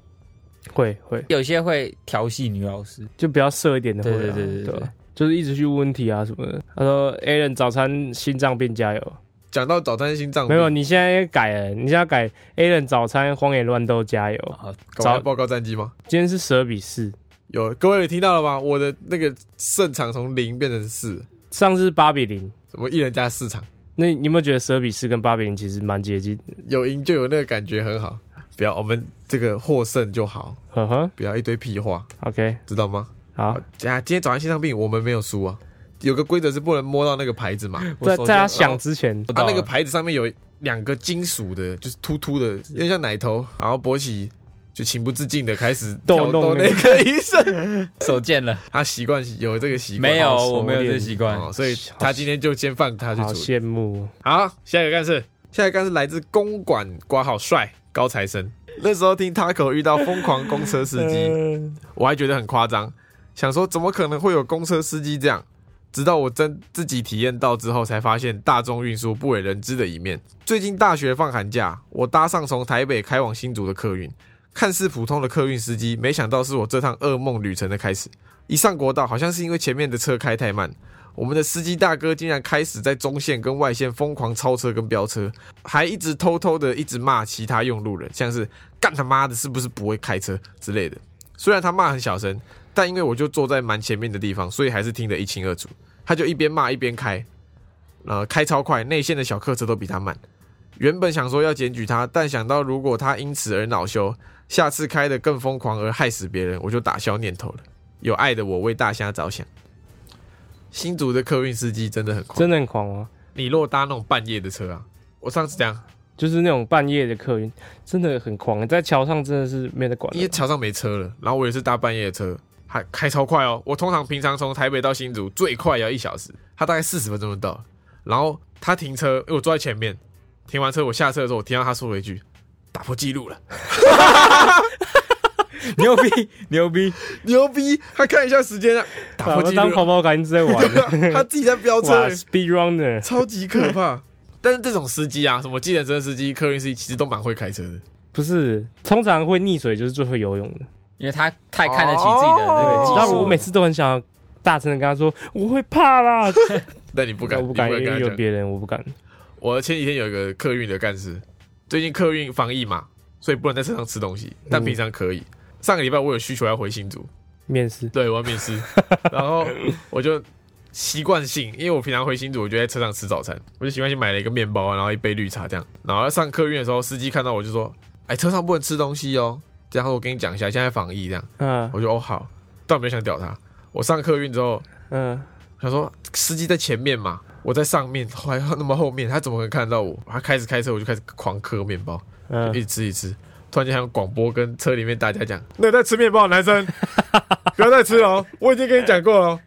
Speaker 2: 会会，
Speaker 3: 有些会调戏女老师，
Speaker 2: 就比较色一点的会、啊，
Speaker 3: 对对对对
Speaker 2: 对
Speaker 3: 对
Speaker 2: 吧就是一直去问问题啊什么的。他说 Alan 早餐心脏病加油，
Speaker 1: 讲到早餐心脏
Speaker 2: 没
Speaker 1: 病，
Speaker 2: 有，你现在改了，你现在改 Alan 早餐荒野乱斗加油。
Speaker 3: 啊，
Speaker 1: 搞完
Speaker 2: 早
Speaker 1: 报告战绩吗？
Speaker 2: 今天是十二比四，
Speaker 1: 有，各位有听到了吗？我的那个胜场从零变成四，
Speaker 2: 上次是八比零。
Speaker 1: 什么一人加四场，
Speaker 2: 那你有没有觉得十二比四跟八比零其实蛮接近？
Speaker 1: 有赢就有那个感觉，很好。不要，我们这个获胜就好，
Speaker 2: 呵呵
Speaker 1: 不要一堆屁话，
Speaker 2: ，OK，
Speaker 1: 知道吗？
Speaker 2: 好，
Speaker 1: 啊，今天早上心脏病我们没有输啊，有个规则是不能摸到那个牌子 嘛，
Speaker 3: 我
Speaker 2: 在
Speaker 3: 手
Speaker 2: 在他
Speaker 3: 就
Speaker 2: 想之前，
Speaker 3: 不啊
Speaker 1: 它
Speaker 3: 到
Speaker 1: 那个
Speaker 3: 了
Speaker 1: 牌子上面有两个金属的，就是凸凸的，有点像奶头，然后博喜就情不自禁的开始
Speaker 2: 逗
Speaker 1: 挑逗
Speaker 2: 弄那
Speaker 1: 那个医生，
Speaker 3: 手贱了，
Speaker 1: 他习惯有这个习惯，
Speaker 3: 没有，
Speaker 2: 好熟
Speaker 3: 我没有这
Speaker 2: 练
Speaker 3: 习惯。
Speaker 1: 哦，所以他今天就先放他去
Speaker 2: 好
Speaker 1: 处理。
Speaker 2: 羡慕哦。
Speaker 1: 好，下一个干事，下一个干事来自公馆挂号帅高材生，那时候听 Taco 遇到疯狂公车司 机。
Speaker 2: 嗯
Speaker 1: 我还觉得很夸张，想说怎么可能会有公车司机这样？直到我真自己体验到之后，才发现大众运输不为人知的一面。最近大学放寒假，我搭上从台北开往新竹的客运，看似普通的客运司机，没想到是我这趟噩梦旅程的开始。一上国道，好像是因为前面的车开太慢，我们的司机大哥竟然开始在中线跟外线疯狂超车跟飙车，还一直偷偷的一直骂其他用路人，像是干他妈的是不是不会开车之类的。虽然他骂很小声，但因为我就坐在蛮前面的地方，所以还是听得一清二楚。他就一边骂一边开，呃，开超快，内线的小客车都比他慢。原本想说要检举他，但想到如果他因此而恼羞，下次开得更疯狂而害死别人，我就打消念头了。有爱的我为大虾着想。新竹的客运司机真的很狂，
Speaker 2: 真的很狂哦，
Speaker 1: 你若搭那种半夜的车啊，我上次讲，
Speaker 2: 就是那种半夜的客运，真的很狂，在桥上真的是没得管
Speaker 1: 因为
Speaker 2: 的。
Speaker 1: 桥上没车了，然后我也是搭半夜的车，还开超快哦。我通常平常从台北到新竹最快也要一小时，他大概四十分钟就到了。然后他停车，因为我坐在前面，停完车我下车的时候，我听到他说了一句：“打破记录了，
Speaker 3: 牛逼，牛逼！
Speaker 1: 牛逼！”他看一下时间啊，打破
Speaker 2: 我
Speaker 1: 记
Speaker 2: 当
Speaker 1: 录
Speaker 2: 跑
Speaker 1: 了，
Speaker 2: 跑赶一 直在玩，
Speaker 1: 他自己在飙车欸
Speaker 2: 哇，，Speed Runner，
Speaker 1: 超级可怕。但是这种司机啊，什么计程车司机、客运司机，其实都蛮会开车的。
Speaker 2: 不是通常会溺水就是最会游泳的。
Speaker 3: 因为他太看得起自己的那个
Speaker 1: 哦
Speaker 3: 技术。
Speaker 2: 然后我每次都很想要大声的跟他说，我会怕啦，
Speaker 1: 但 你不敢，
Speaker 2: 我不
Speaker 1: 你
Speaker 2: 敢，
Speaker 1: 不敢
Speaker 2: 因
Speaker 1: 跟他
Speaker 2: 为有
Speaker 1: 讲。
Speaker 2: 别人，我不敢。
Speaker 1: 我前几天有一个客运的干事，最近客运防疫嘛，所以不能在车上吃东西，但平常可以。上个礼拜我有需求要回新竹，
Speaker 2: 面试，
Speaker 1: 对我要面试，然后我就习惯性，因为我平常回新竹，我就在车上吃早餐，我就习惯性买了一个面包，然后一杯绿茶这样。然后上客运的时候，司机看到我就说：“哎，车上不能吃东西哦。”这样我跟你讲一下，现在防疫这样。
Speaker 2: 嗯
Speaker 1: 我就哦好，但我没有想屌他。我上客运之后，
Speaker 2: 嗯，
Speaker 1: 想说司机在前面嘛，我在上面，后来那么后面，他怎么可能看得到我？他开始开车，我就开始狂嗑面包，
Speaker 2: 嗯
Speaker 1: 一直吃一直吃，突然间想广播跟车里面大家讲， 那个在吃面包的啊男 生不要再吃了哦，我已经跟你讲过了哦，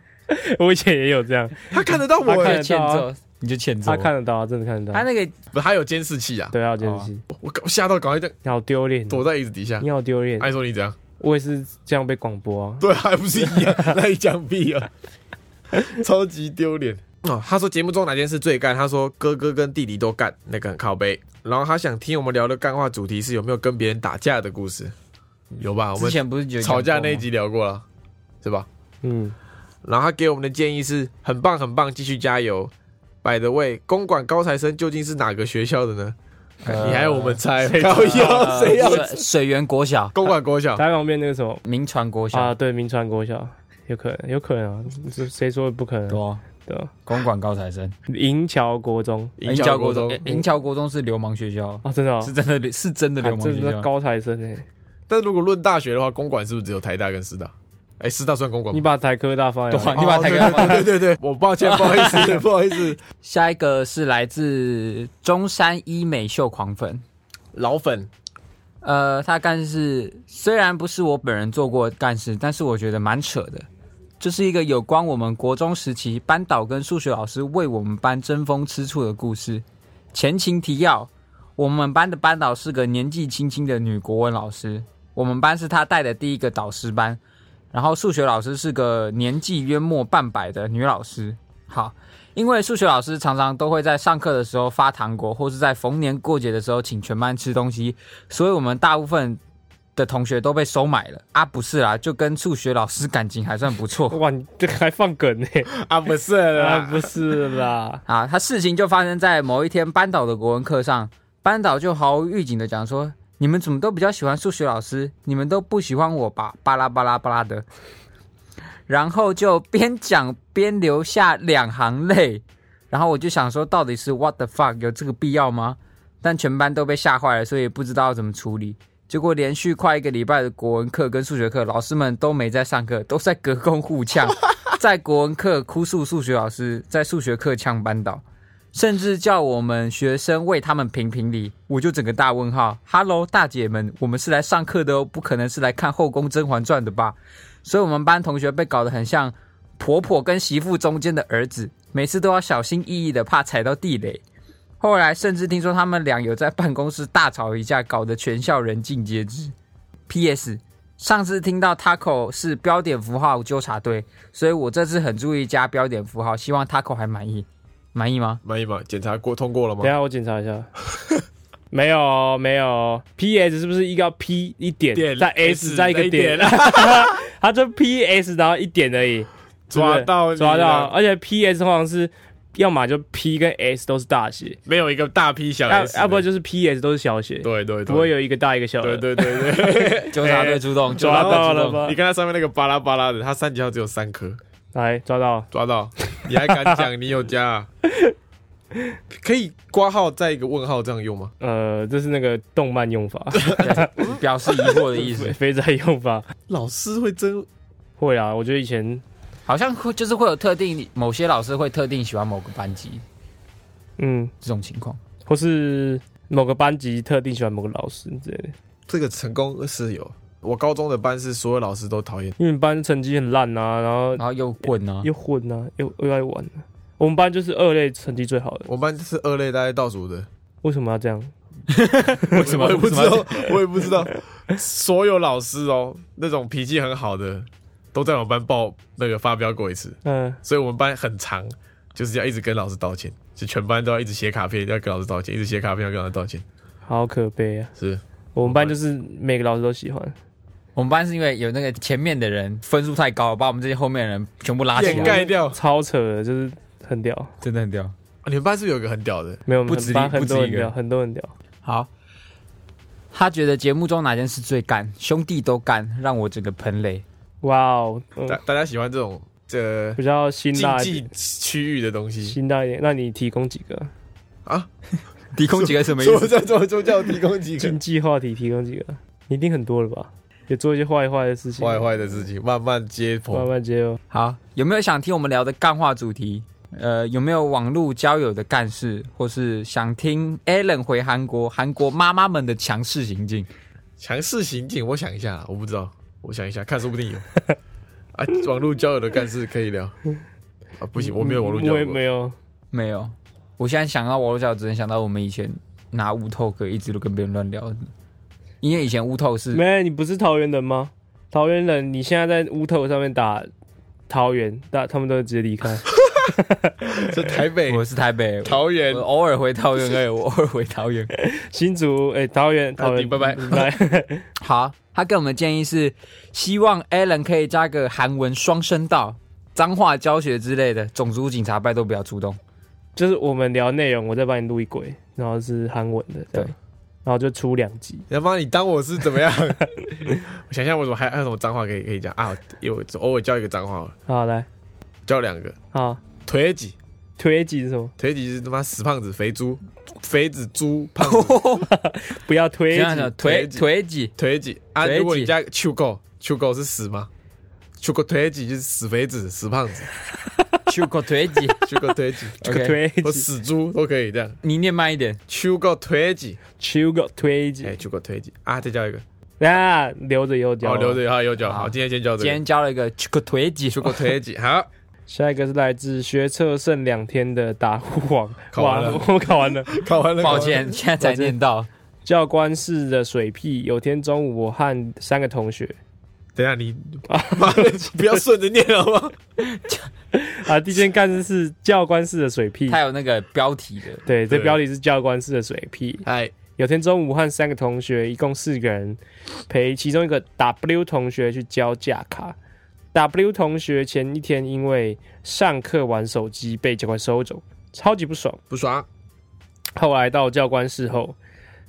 Speaker 2: 我以前也有这样，
Speaker 1: 他看得到我
Speaker 3: 他
Speaker 1: 哎，
Speaker 3: 看
Speaker 2: 看
Speaker 3: 得
Speaker 2: 得
Speaker 3: 欠
Speaker 2: 到啊
Speaker 3: 揍，你就欠揍。
Speaker 2: 他看得到啊，真的看得
Speaker 3: 他
Speaker 2: 到。
Speaker 3: 那个
Speaker 1: 不他有监视器啊，
Speaker 2: 对啊，监视器，
Speaker 1: 我我吓到，赶快就
Speaker 2: 你好丢脸，
Speaker 1: 躲在椅子哎底下。
Speaker 2: 你好丢脸。
Speaker 1: 爱说你怎样？
Speaker 2: 我也是这样被广播啊，
Speaker 1: 对啊，还不是一样？那你讲屁啊！ 超级丢脸哦！他说节目中哪件事最干？他说哥哥跟弟弟都干，那个很靠背。然后他想听我们聊的干话主题是有没有跟别人打架的故事？有吧？我
Speaker 3: 之
Speaker 1: 们
Speaker 3: 前不是觉得
Speaker 1: 吵架那一集聊过了，是吧？
Speaker 2: 嗯，
Speaker 1: 然后他给我们的建议是很棒很棒，继续加油。By the way，公馆高材生究竟是哪个学校的呢？
Speaker 3: 呃
Speaker 1: 你还要我 们猜？
Speaker 2: 谁知道
Speaker 1: 高腰
Speaker 3: 呃
Speaker 1: 谁要？
Speaker 3: 水水源国小、
Speaker 1: 公馆国小
Speaker 2: 台湾旁边那个什么
Speaker 3: 民传国
Speaker 2: 啊，
Speaker 3: 小，
Speaker 2: 对，民传国小，有可能，有可能啊，这谁说不可能？
Speaker 3: 多
Speaker 2: 对啊，
Speaker 3: 公馆高材生，
Speaker 2: 银桥国中
Speaker 1: 银桥国中，哦
Speaker 3: 诶银桥国中是流氓学校，
Speaker 2: 啊，真的啊
Speaker 3: 是，真的是真的
Speaker 2: 啊
Speaker 3: 流氓
Speaker 2: 这
Speaker 3: 学
Speaker 2: 是
Speaker 3: 校。
Speaker 2: 高材生哎，
Speaker 1: 但如果论大学的话，公馆是不是只有台大跟师大？哎、师大算公馆
Speaker 2: 你
Speaker 1: 吗？
Speaker 2: 把台科大放在
Speaker 3: 对
Speaker 2: 哪
Speaker 3: 啊
Speaker 2: 里
Speaker 3: 你把台
Speaker 1: 哦
Speaker 3: 大放
Speaker 1: 对对 对对，我抱歉，不好意思，不好意思，
Speaker 3: 下一个是来自中山医美秀狂粉，
Speaker 1: 老粉
Speaker 3: 呃，他干事虽然不是我本人做过干事，但是我觉得蛮扯的。这是一个有关我们国中时期班导跟数学老师为我们班争风吃醋的故事。前情提要：我们班的班导是个年纪轻轻的女国文老师，我们班是她带的第一个导师班，然后数学老师是个年纪约莫半百的女老师。好，因为数学老师常常都会在上课的时候发糖果，或是在逢年过节的时候请全班吃东西，所以我们大部分的同学都被收买了啊，不是啦，就跟数学老师感情还算不错
Speaker 2: 哇，你这个还放梗呢？
Speaker 1: 啊，不是
Speaker 2: 啊，
Speaker 1: 啦，
Speaker 2: 不是 啦，
Speaker 3: 啊。他事情就发生在某一天班导的国文课上，班导就毫无预警的讲说：“你们怎么都比较喜欢数学老师，你们都不喜欢我吧？”巴拉巴拉巴拉的，然后就边讲边流下两行泪，然后我就想说，到底是 what the fuck 有这个必要吗？但全班都被吓坏了，所以不知道怎么处理。结果连续快一个礼拜的国文课跟数学课，老师们都没在上课，都在隔空互呛，在国文课哭诉数学老师，在数学课呛班导，甚至叫我们学生为他们评评理。我就整个大问号，Hello，大姐们，我们是来上课的哦，不可能是来看《后宫甄嬛传》的吧？所以我们班同学被搞得很像婆婆跟媳妇中间的儿子，每次都要小心翼翼的，怕踩到地雷。后来甚至听说他们俩有在办公室大吵一架，搞得全校人尽皆知。P.S. 上次听到 Taco 是标点符号纠察队，所以我这次很注意加标点符号，希望 Taco 还满意。满意吗？
Speaker 1: 满意吗？检查过通过了吗
Speaker 2: 等一？下我检查 一下。没有哦没有哦，P.S. 是不是一个 P 一点，
Speaker 1: 点
Speaker 2: 再 S 再一个 点
Speaker 1: 再一？
Speaker 2: 他就 P.S. 然后一点而已，
Speaker 1: 抓到
Speaker 2: 对不对抓到，
Speaker 1: 到，
Speaker 2: 而且 P.S. 通常是要么就 P 跟 S 都是大写，
Speaker 1: 没有一个大 P 小
Speaker 2: 要
Speaker 1: 哦 S，
Speaker 2: 啊要不
Speaker 1: 的
Speaker 2: 就是 P.S. 都是小写，
Speaker 1: 对对对，
Speaker 2: 不会有一个大一个小
Speaker 1: 对
Speaker 2: 的。
Speaker 1: 对对 对，哎
Speaker 3: 纠察队出动，纠察
Speaker 2: 抓
Speaker 3: 队
Speaker 2: 到
Speaker 3: 出
Speaker 2: 了
Speaker 3: 动。
Speaker 2: 吧
Speaker 1: 你？看他上面那个巴拉巴拉的，他三级号只有三颗，
Speaker 2: 来抓到，
Speaker 1: 抓 到，你还敢讲你有加、啊？可以挂号再一个问号这样用吗？
Speaker 2: 呃，这是那个动漫用 法，
Speaker 3: 对表示疑惑的意 思，
Speaker 2: 肥仔用法。
Speaker 1: 老师会真
Speaker 2: 会啊，我觉得以前，
Speaker 3: 好像会就是会有特定某些老师会特定喜欢某个班级
Speaker 2: 嗯，
Speaker 3: 这种情况。
Speaker 2: 或是某个班级特定喜欢某个老师之类的，
Speaker 1: 这个成功是有。我高中的班是所有老师都讨厌，
Speaker 2: 因为你班成绩很烂啊，然后
Speaker 3: 然后又混哦呢、
Speaker 2: 又混啊，又又爱玩、啊。我们班就是二类成绩最好的，
Speaker 1: 我们班是二类大概倒数的，
Speaker 2: 为什么要这样？
Speaker 3: 为什么
Speaker 1: 我也不
Speaker 3: 为
Speaker 1: 知
Speaker 3: 什么
Speaker 1: 道，我也不知道。所有老师哦，那种脾气很好的，都在我们班报那个发飙过一次，
Speaker 2: 嗯、
Speaker 1: 所以我们班很长，就是要一直跟老师道歉，就全班都要一直写卡片，要跟老师道歉，一直写卡片要跟老师道歉，
Speaker 2: 好可悲啊！
Speaker 1: 是
Speaker 2: 我们班就是每个老师都喜欢，
Speaker 3: 我们班是因为有那个前面的人分数太高，把我们这些后面的人全部拉起
Speaker 1: 掩
Speaker 3: 来，
Speaker 1: 盖掉。
Speaker 2: 超扯的，就是很屌。
Speaker 3: 真的很屌。
Speaker 1: 你们班是不是有一个很屌的？
Speaker 2: 没有，我
Speaker 3: 不
Speaker 2: 们
Speaker 3: 止一
Speaker 2: 班很
Speaker 3: 不止
Speaker 2: 多人
Speaker 3: 一个
Speaker 2: 屌，很多人屌。
Speaker 3: 好，他觉得节目中哪件事最干，兄弟都干，让我整个喷 泪。
Speaker 2: 哇哦，嗯
Speaker 1: 大大家喜欢这种这
Speaker 2: 比较辛
Speaker 1: 竞
Speaker 2: 辣一
Speaker 1: 技
Speaker 2: 点，
Speaker 1: 区域的东西
Speaker 2: 辛辣一点。那你提供几个
Speaker 1: 啊？
Speaker 3: 提供几个什么意
Speaker 1: 说
Speaker 3: 思？
Speaker 1: 叫做宗教提供几个
Speaker 2: 经济话题？提供几个？你一定很多了吧？也做一些坏坏的事情，
Speaker 1: 坏坏的事情，慢慢揭
Speaker 2: 慢
Speaker 1: 破。
Speaker 2: 慢接哦。
Speaker 3: 好，有没有想听我们聊的干话主题？呃，有没有网络交友的干事，或是想听 Alan 回韩国，韩国妈妈们的强势行径？
Speaker 1: 强势刑警，我想一下，我不知道，我想一下，看说不定有。啊，网络交友的干事可以聊。啊，不行，我没有网络交
Speaker 2: 嗯我也
Speaker 1: 友过。
Speaker 2: 没有，
Speaker 3: 没有，我现在想到网络交友，只能想到我们以前拿乌透哥一直都跟别人乱聊，因为以前乌透是
Speaker 2: 没，你不是桃园人吗？桃园人，你现在在乌头上面打桃园，打他们都会直接离 开。
Speaker 1: 这台北、
Speaker 3: 我是台北，我
Speaker 1: 桃园
Speaker 3: 我，偶尔回桃园，哎，我 偶尔回桃园。
Speaker 2: 新竹，哎、桃园，
Speaker 1: 好
Speaker 2: 桃园，
Speaker 1: 拜拜
Speaker 2: 拜。
Speaker 3: 好，他给我们建议是希望 Alan 可以加个韩文双声道、脏话教学之类的，种族警察拜都不要出动。
Speaker 2: 就是我们聊内容，我再帮你录一轨，然后是韩文的，这样
Speaker 3: 对，
Speaker 2: 然后就出两集。
Speaker 1: 他妈你当我是怎么样？我想想，我怎么还还有什么脏话可以可以讲啊？有偶尔教一个脏话好了，
Speaker 2: 好，来，
Speaker 1: 教两个
Speaker 2: 好，
Speaker 1: 腿几。
Speaker 2: 推几是什么？
Speaker 1: 腿几是他妈死胖子、肥猪、肥子猪、胖子、
Speaker 2: 不要推
Speaker 3: 这样
Speaker 2: 几
Speaker 3: 的，腿
Speaker 1: 腿几
Speaker 3: 腿几？
Speaker 1: 腿几啊？
Speaker 3: 腿几
Speaker 1: 如果你加秋狗，秋狗是死吗？秋狗腿几就是死肥子、死胖子，
Speaker 3: 修过腿几？
Speaker 1: 秋狗腿 几
Speaker 3: OK
Speaker 2: 推
Speaker 1: 或
Speaker 2: 几，
Speaker 1: 死猪都可以这样。
Speaker 3: 你念慢一点。
Speaker 1: 秋狗腿几，
Speaker 2: 修个推
Speaker 1: 哎，
Speaker 2: 几，
Speaker 1: 秋狗腿几啊？再教一个，
Speaker 2: 啊，留着以后讲。
Speaker 1: 好，留。着好有教。
Speaker 3: 好
Speaker 1: 好，今天先教这
Speaker 3: 今
Speaker 1: 个
Speaker 3: 天。教了一个修过腿几，修
Speaker 1: 秋狗腿 几，好，
Speaker 2: 下一个是来自学测剩两天的打呼王，
Speaker 1: 考完
Speaker 2: 哇
Speaker 1: 了
Speaker 2: 我考完了。
Speaker 1: 考完了，
Speaker 3: 抱歉，现在才念到。
Speaker 2: 教官室的水屁，有天中午我和三个同学
Speaker 1: 等一下 你妈的不要顺着念好吗？
Speaker 2: 啊，第一件干事是教官室的水屁
Speaker 3: 他。有那个标题的，
Speaker 2: 对，
Speaker 1: 对
Speaker 2: 这标题是教官室的水屁。
Speaker 1: 哎，
Speaker 2: 有天中午和三个同学，一共四个人，陪其中一个 W 同学去交假卡。W 同学前一天因为上课玩手机被教官收走，超级不爽。
Speaker 1: 不爽，
Speaker 2: 后来到教官室后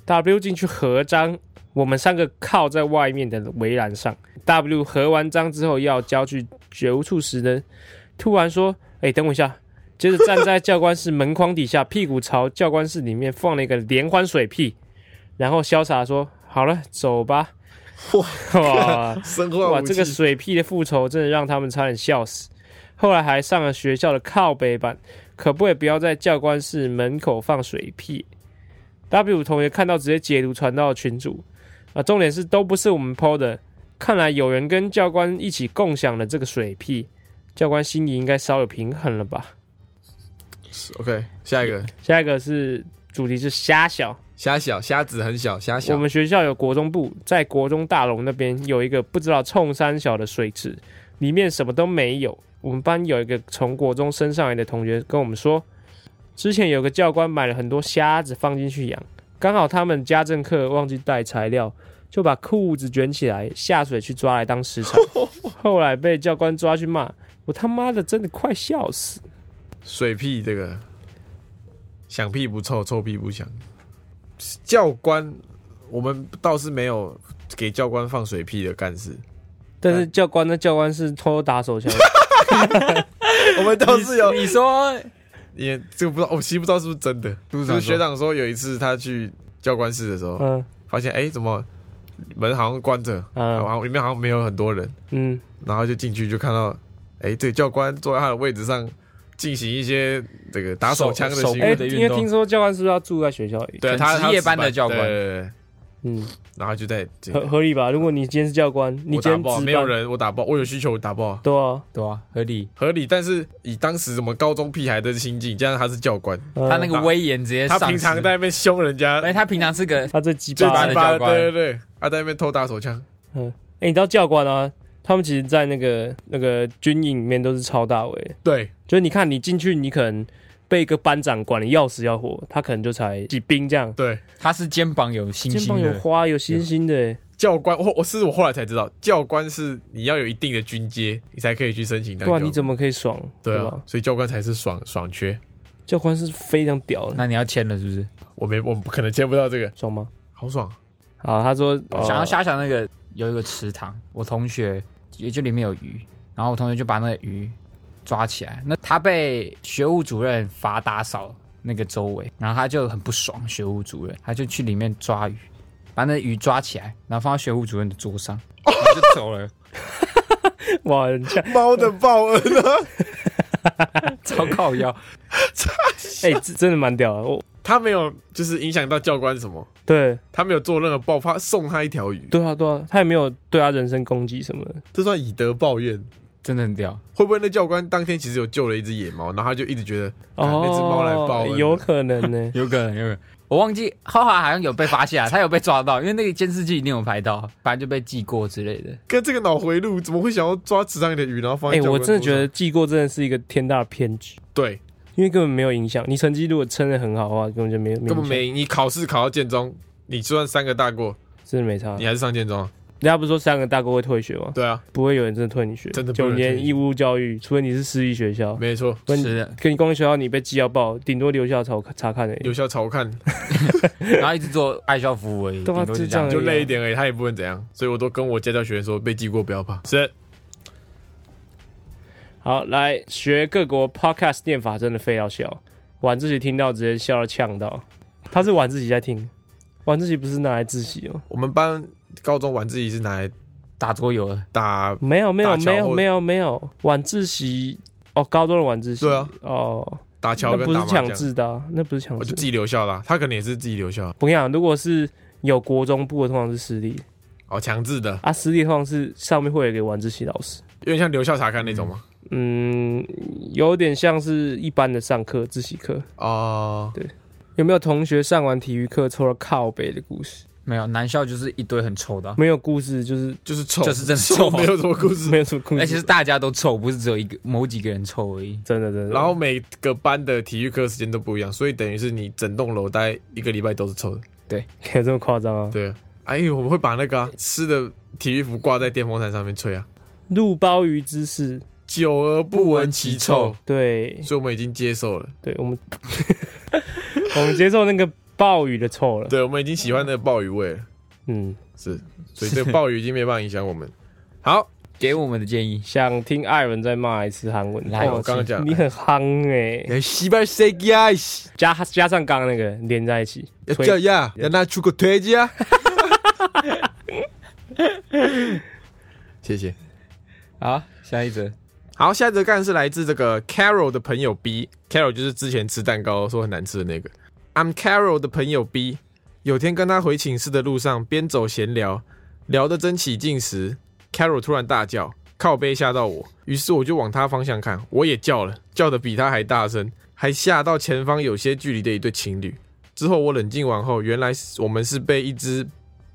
Speaker 2: ，W 进去合章，我们三个靠在外面的围栏上。W 合完章之后要交去觉悟处时呢，突然说：“哎、等我一下。”接着站在教官室门框底下， 屁股朝教官室里面放了一个连环水屁，然后潇洒地说：“好了，走吧。”哇！
Speaker 1: 生
Speaker 2: 哇，
Speaker 1: 化武
Speaker 2: 这个
Speaker 1: 器，
Speaker 2: 水屁的复仇真的让他们差点笑死。后来还上了学校的靠北版，可不可以不要在教官室门口放水屁？W 同学看到直接截图传到群组，啊，重点是都不是我们 PO 的，看来有人跟教官一起共享了这个水屁，教官心里应该稍有平衡了吧？
Speaker 1: OK，下一个
Speaker 2: 下一个是主题是虾小，
Speaker 1: 虾小虾子很小，虾
Speaker 2: 我
Speaker 1: 小
Speaker 2: 们学校有国中部，在国中大楼那边有一个不知道冲山小的水池，里面什么都没有。我们班有一个从国中升上来的同学跟我们说，之前有个教官买了很多虾子放进去养，刚好他们家政课忘记带材料，就把裤子卷起来下水去抓来当食材。后来被教官抓去骂，我他妈的真的快笑死！
Speaker 1: 水屁这个，响屁不臭，臭屁不响。教官，我们倒是没有给教官放水屁的干事，
Speaker 2: 但是教官那教官是偷偷打手枪，
Speaker 1: 我们倒是有，
Speaker 3: 你说
Speaker 1: 也这个不知道，我其实不知道是不是真的。
Speaker 3: 不知道
Speaker 1: 就是学长说有一次他去教官室的时候，
Speaker 2: 嗯
Speaker 1: 发现哎、怎么门好像关着，然
Speaker 2: 嗯
Speaker 1: 后里面好像啊没有很多人，
Speaker 2: 嗯，
Speaker 1: 然后就进去就看到，哎、这个教官坐在他的位置上进行一些这个打手枪的
Speaker 3: 手
Speaker 1: 行
Speaker 2: 哎、
Speaker 1: 为
Speaker 3: 手。的运动
Speaker 2: 因为听说教官是不是要住在学校里？
Speaker 1: 对他
Speaker 3: 职业班的
Speaker 1: 他值
Speaker 3: 教官
Speaker 1: 对对对对
Speaker 2: 嗯，
Speaker 1: 然后就在这个
Speaker 2: 合合理吧？如果你今天是教官，你
Speaker 1: 我
Speaker 2: 今
Speaker 1: 打
Speaker 2: 天值
Speaker 1: 爆，
Speaker 2: 班
Speaker 1: 没有人，我打爆，我有需求我打爆，
Speaker 2: 对啊，
Speaker 3: 对啊，合理。
Speaker 1: 合理。但是以当时什么高中屁孩的心境，加上他是教官，
Speaker 2: 嗯
Speaker 3: 他那个威严直接
Speaker 1: 他
Speaker 3: 哎丧失
Speaker 1: 平常在，那边凶人家，
Speaker 3: 哎，他平常是个
Speaker 2: 他最鸡
Speaker 1: 最
Speaker 2: 巴
Speaker 1: 鸡
Speaker 2: 的。
Speaker 1: 巴
Speaker 3: 教
Speaker 1: 的，
Speaker 3: 官
Speaker 1: 对对对，他在那边偷打手枪，
Speaker 2: 哎、你知道教官啊？他们其实，在那个那个军营里面都是超大伟，
Speaker 1: 对，
Speaker 2: 就是你看你进去，你可能被一个班长管的要死要活，他可能就才几兵这样，
Speaker 1: 对，
Speaker 3: 他是肩膀有星
Speaker 2: 肩
Speaker 3: 星
Speaker 2: 膀有
Speaker 3: 的，
Speaker 2: 花有星星的、
Speaker 1: 教官，我我是我后来才知道，教官是你要有一定的军阶，你才可以去申请当
Speaker 2: 对啊，你
Speaker 1: 教官。
Speaker 2: 怎么可以爽？
Speaker 1: 对
Speaker 2: 吧
Speaker 1: 啊？，所以教官才是爽爽缺，
Speaker 2: 教官是非常屌的，
Speaker 3: 那你要签了是不是？
Speaker 1: 我没我不可能签不到这个，
Speaker 2: 爽吗？
Speaker 1: 好 爽。
Speaker 2: 啊，他说
Speaker 3: 想要
Speaker 2: 下
Speaker 3: 瞎想那个有一个池塘，我同学也就里面有鱼，然后我同学就把那个鱼抓起来，那他被学务主任罚打扫那个周围，然后他就很不爽学务主任，他就去里面抓鱼，把那鱼抓起来，然后放到学务主任的桌上，然后就走了，
Speaker 2: 哇，人家
Speaker 1: 猫的报恩啊！
Speaker 3: 超靠腰。
Speaker 2: 哎、这真的蛮屌的。我
Speaker 1: 他没有就是影响到教官什么，
Speaker 2: 对
Speaker 1: 他没有做任何爆发，送他一条鱼，
Speaker 2: 对啊对啊，他也没有对他人身攻击什么的。
Speaker 1: 这算以德报怨。
Speaker 3: 真的很屌。
Speaker 1: 会不会那教官当天其实有救了一只野猫，然后他就一直觉得啊
Speaker 2: 哦，
Speaker 1: 那只猫来报恩
Speaker 2: 有可能 呢、
Speaker 3: 有可能，有可能。我忘记浩浩好像有被发现、啊，他有被抓到，因为那个监视器一定有拍到，反正就被记过之类的。
Speaker 1: 跟这个脑回路怎么会想要抓池上里的鱼，然后放在
Speaker 2: 哎、
Speaker 1: 教
Speaker 2: 我
Speaker 1: 官
Speaker 2: 真的
Speaker 1: 桌
Speaker 2: 觉
Speaker 1: 上
Speaker 2: 得记过真的是一个天大的骗局，
Speaker 1: 对，
Speaker 2: 因为根本没有影响。你成绩如果撑的很好的话，根本就没有，
Speaker 1: 根本
Speaker 2: 影响，
Speaker 1: 没你考试考到建中，你就算三个大过，
Speaker 2: 真的没差。
Speaker 1: 你
Speaker 2: 人
Speaker 1: 还是上建中啊？
Speaker 2: 家不是说三个大哥会退学吗？
Speaker 1: 对啊，
Speaker 2: 不会有人真的退你学，
Speaker 1: 真的不会有
Speaker 2: 九
Speaker 1: 人退
Speaker 2: 年
Speaker 1: 你
Speaker 2: 义务教育，除非你是私立学校，
Speaker 1: 没错，
Speaker 2: 不然你
Speaker 3: 是的，
Speaker 2: 跟你公立学校你被记到爆，顶多留校查查看而已。
Speaker 1: 有效查看
Speaker 3: 然后一直做爱校服务而已，
Speaker 2: 对啊
Speaker 3: 顶多
Speaker 2: 就
Speaker 3: 就这
Speaker 2: 这样而
Speaker 3: 样
Speaker 2: 已。
Speaker 1: 就累一点而已，他也不能怎样，所以我都跟我家教学员说，被记过不要怕。是，
Speaker 2: 好，来学各国 podcast 念法，真的非要笑。晚自习听到直接笑到呛到，他是晚自习在听，晚自习不是拿来自习哦。
Speaker 1: 我们班高中晚自习是拿来
Speaker 3: 打桌游了，
Speaker 1: 打，
Speaker 2: 没有没有
Speaker 1: 大桥
Speaker 2: 没有
Speaker 1: 或
Speaker 2: 没有没有晚自习哦，高中的晚自习
Speaker 1: 对啊
Speaker 2: 哦，
Speaker 1: 打桥
Speaker 2: 那
Speaker 1: 跟
Speaker 2: 不
Speaker 1: 打
Speaker 2: 是
Speaker 1: 麻
Speaker 2: 强
Speaker 1: 将，
Speaker 2: 制的啊、那不是强
Speaker 1: 我就
Speaker 2: 制
Speaker 1: 自。己留校啦。他可能也是自己留校，
Speaker 2: 不一样，如果是有国中部的，通常是私立
Speaker 1: 哦，强制的，
Speaker 2: 啊，私立通常是上面会有一个晚自习老师，
Speaker 1: 有点像留校查看那种吗？
Speaker 2: 嗯，有点像是一般的上课自习课。
Speaker 1: 哦，
Speaker 2: 有没有同学上完体育课抽了靠背的故事？
Speaker 3: 没有男校就是一堆很臭的啊、
Speaker 2: 没有故事，就是哦
Speaker 1: 就是臭，
Speaker 3: 就是真的
Speaker 1: 臭，
Speaker 3: 臭
Speaker 1: 没 有什么故事。
Speaker 2: 没有什么
Speaker 1: 哎
Speaker 2: 故事。
Speaker 3: 而且是大家都臭，不是只有一个某几个人臭而已。
Speaker 2: 真的真的。
Speaker 1: 然 后每个班的体育课时间都不一样，所以等于是你整栋楼待一个礼拜都是臭的。
Speaker 2: 有这么夸张啊？
Speaker 1: 对啊，哎呦，我们会把那个、啊、湿的体育服挂在电风扇上面吹啊，
Speaker 2: 入鲍鱼之事，
Speaker 1: 久而不闻其臭，
Speaker 2: 对
Speaker 1: 所以我们已经接受了，
Speaker 2: 对，我们我们接受那个鲍鱼的臭 了。
Speaker 1: 对，我们已经喜欢那个鲍鱼 味了，
Speaker 2: 嗯，
Speaker 1: 是，所以这个鲍鱼已经没办法影响我 们。好，
Speaker 3: 给我们的建议，
Speaker 2: 想听艾文再骂一次韩文，哦
Speaker 3: 来
Speaker 1: 哎我刚刚讲，
Speaker 2: 哎你很夯哎、
Speaker 1: 西班牙呀，
Speaker 2: 加加上刚刚那个连在一起，
Speaker 1: 要
Speaker 2: 推
Speaker 1: 叫呀，要拿出个推荐 啊。谢谢。
Speaker 3: 好，啊下一则。
Speaker 1: 好，下一则干是来自这个 Carol 的朋友 B，Carol 就是之前吃蛋糕说很难吃的那个。I'm Carol 的朋友 B，有天跟他回寝室的路上，边走闲聊，聊得真起劲时，Carol 突然大叫，靠背吓到我，于是我就往他方向看，我也叫了，叫得比他还大声，还吓到前方有些距离的一对情侣。之后我冷静完后，原来我们是被一只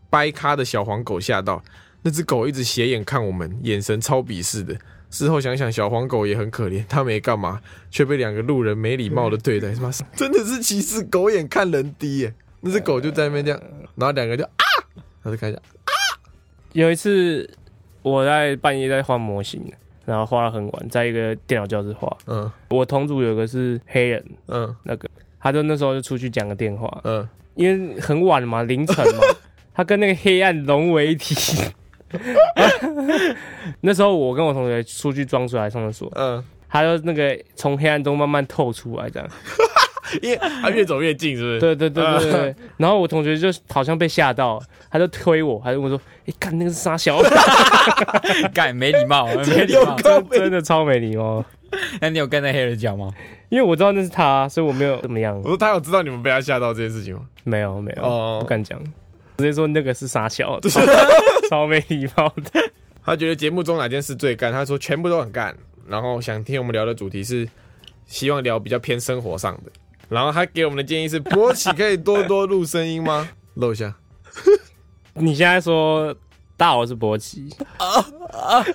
Speaker 1: 掰咖的小黄狗吓到，那只狗一直斜眼看我们，眼神超鄙视的。事后想想，小黄狗也很可怜，它没干嘛，却被两个路人没礼貌的对待，他妈真的是歧视狗眼看人低 耶！那只狗就在那边这样，然后两个就啊，然后就看一下，
Speaker 2: 有一次我在半夜在画模型，然后画到很晚，在一个电脑教室画。
Speaker 1: 嗯
Speaker 2: 我同组有个是黑人，
Speaker 1: 嗯
Speaker 2: 那个他就那时候就出去讲个电话，
Speaker 1: 嗯，
Speaker 2: 因为很晚了嘛，凌晨嘛，他跟那个黑暗融为一体。 那时候我跟我同学出去装水来上厕所，
Speaker 1: 嗯，
Speaker 2: 他就那个从黑暗中慢慢透出来 这样。
Speaker 1: 因为它越走越近，是不是？。
Speaker 2: 对对对对对对。然后我同学就好像被吓到，他就推我，他就问我说：“哎，干那个是傻小子
Speaker 3: 干没礼貌，啊 没礼貌
Speaker 1: 靠
Speaker 2: 真
Speaker 1: 背
Speaker 2: 真的 超没礼貌。
Speaker 3: 那你有跟那黑人讲吗？
Speaker 2: 因为我知道那是他，所以我没有怎么样
Speaker 1: 我，说他有知道你们被他吓到这件事情吗？
Speaker 2: 没有没有，
Speaker 1: 哦
Speaker 2: 不敢讲，直接说那个是傻小子， 超没礼貌的。
Speaker 1: 他觉得节目中哪件事最干？他说全部都很干。然后想听我们聊的主题是，希望聊比较偏生活上的。然后他给我们的建议是，勃起可以多多录声音吗？露一下。
Speaker 2: 你现在说大我是勃起啊啊，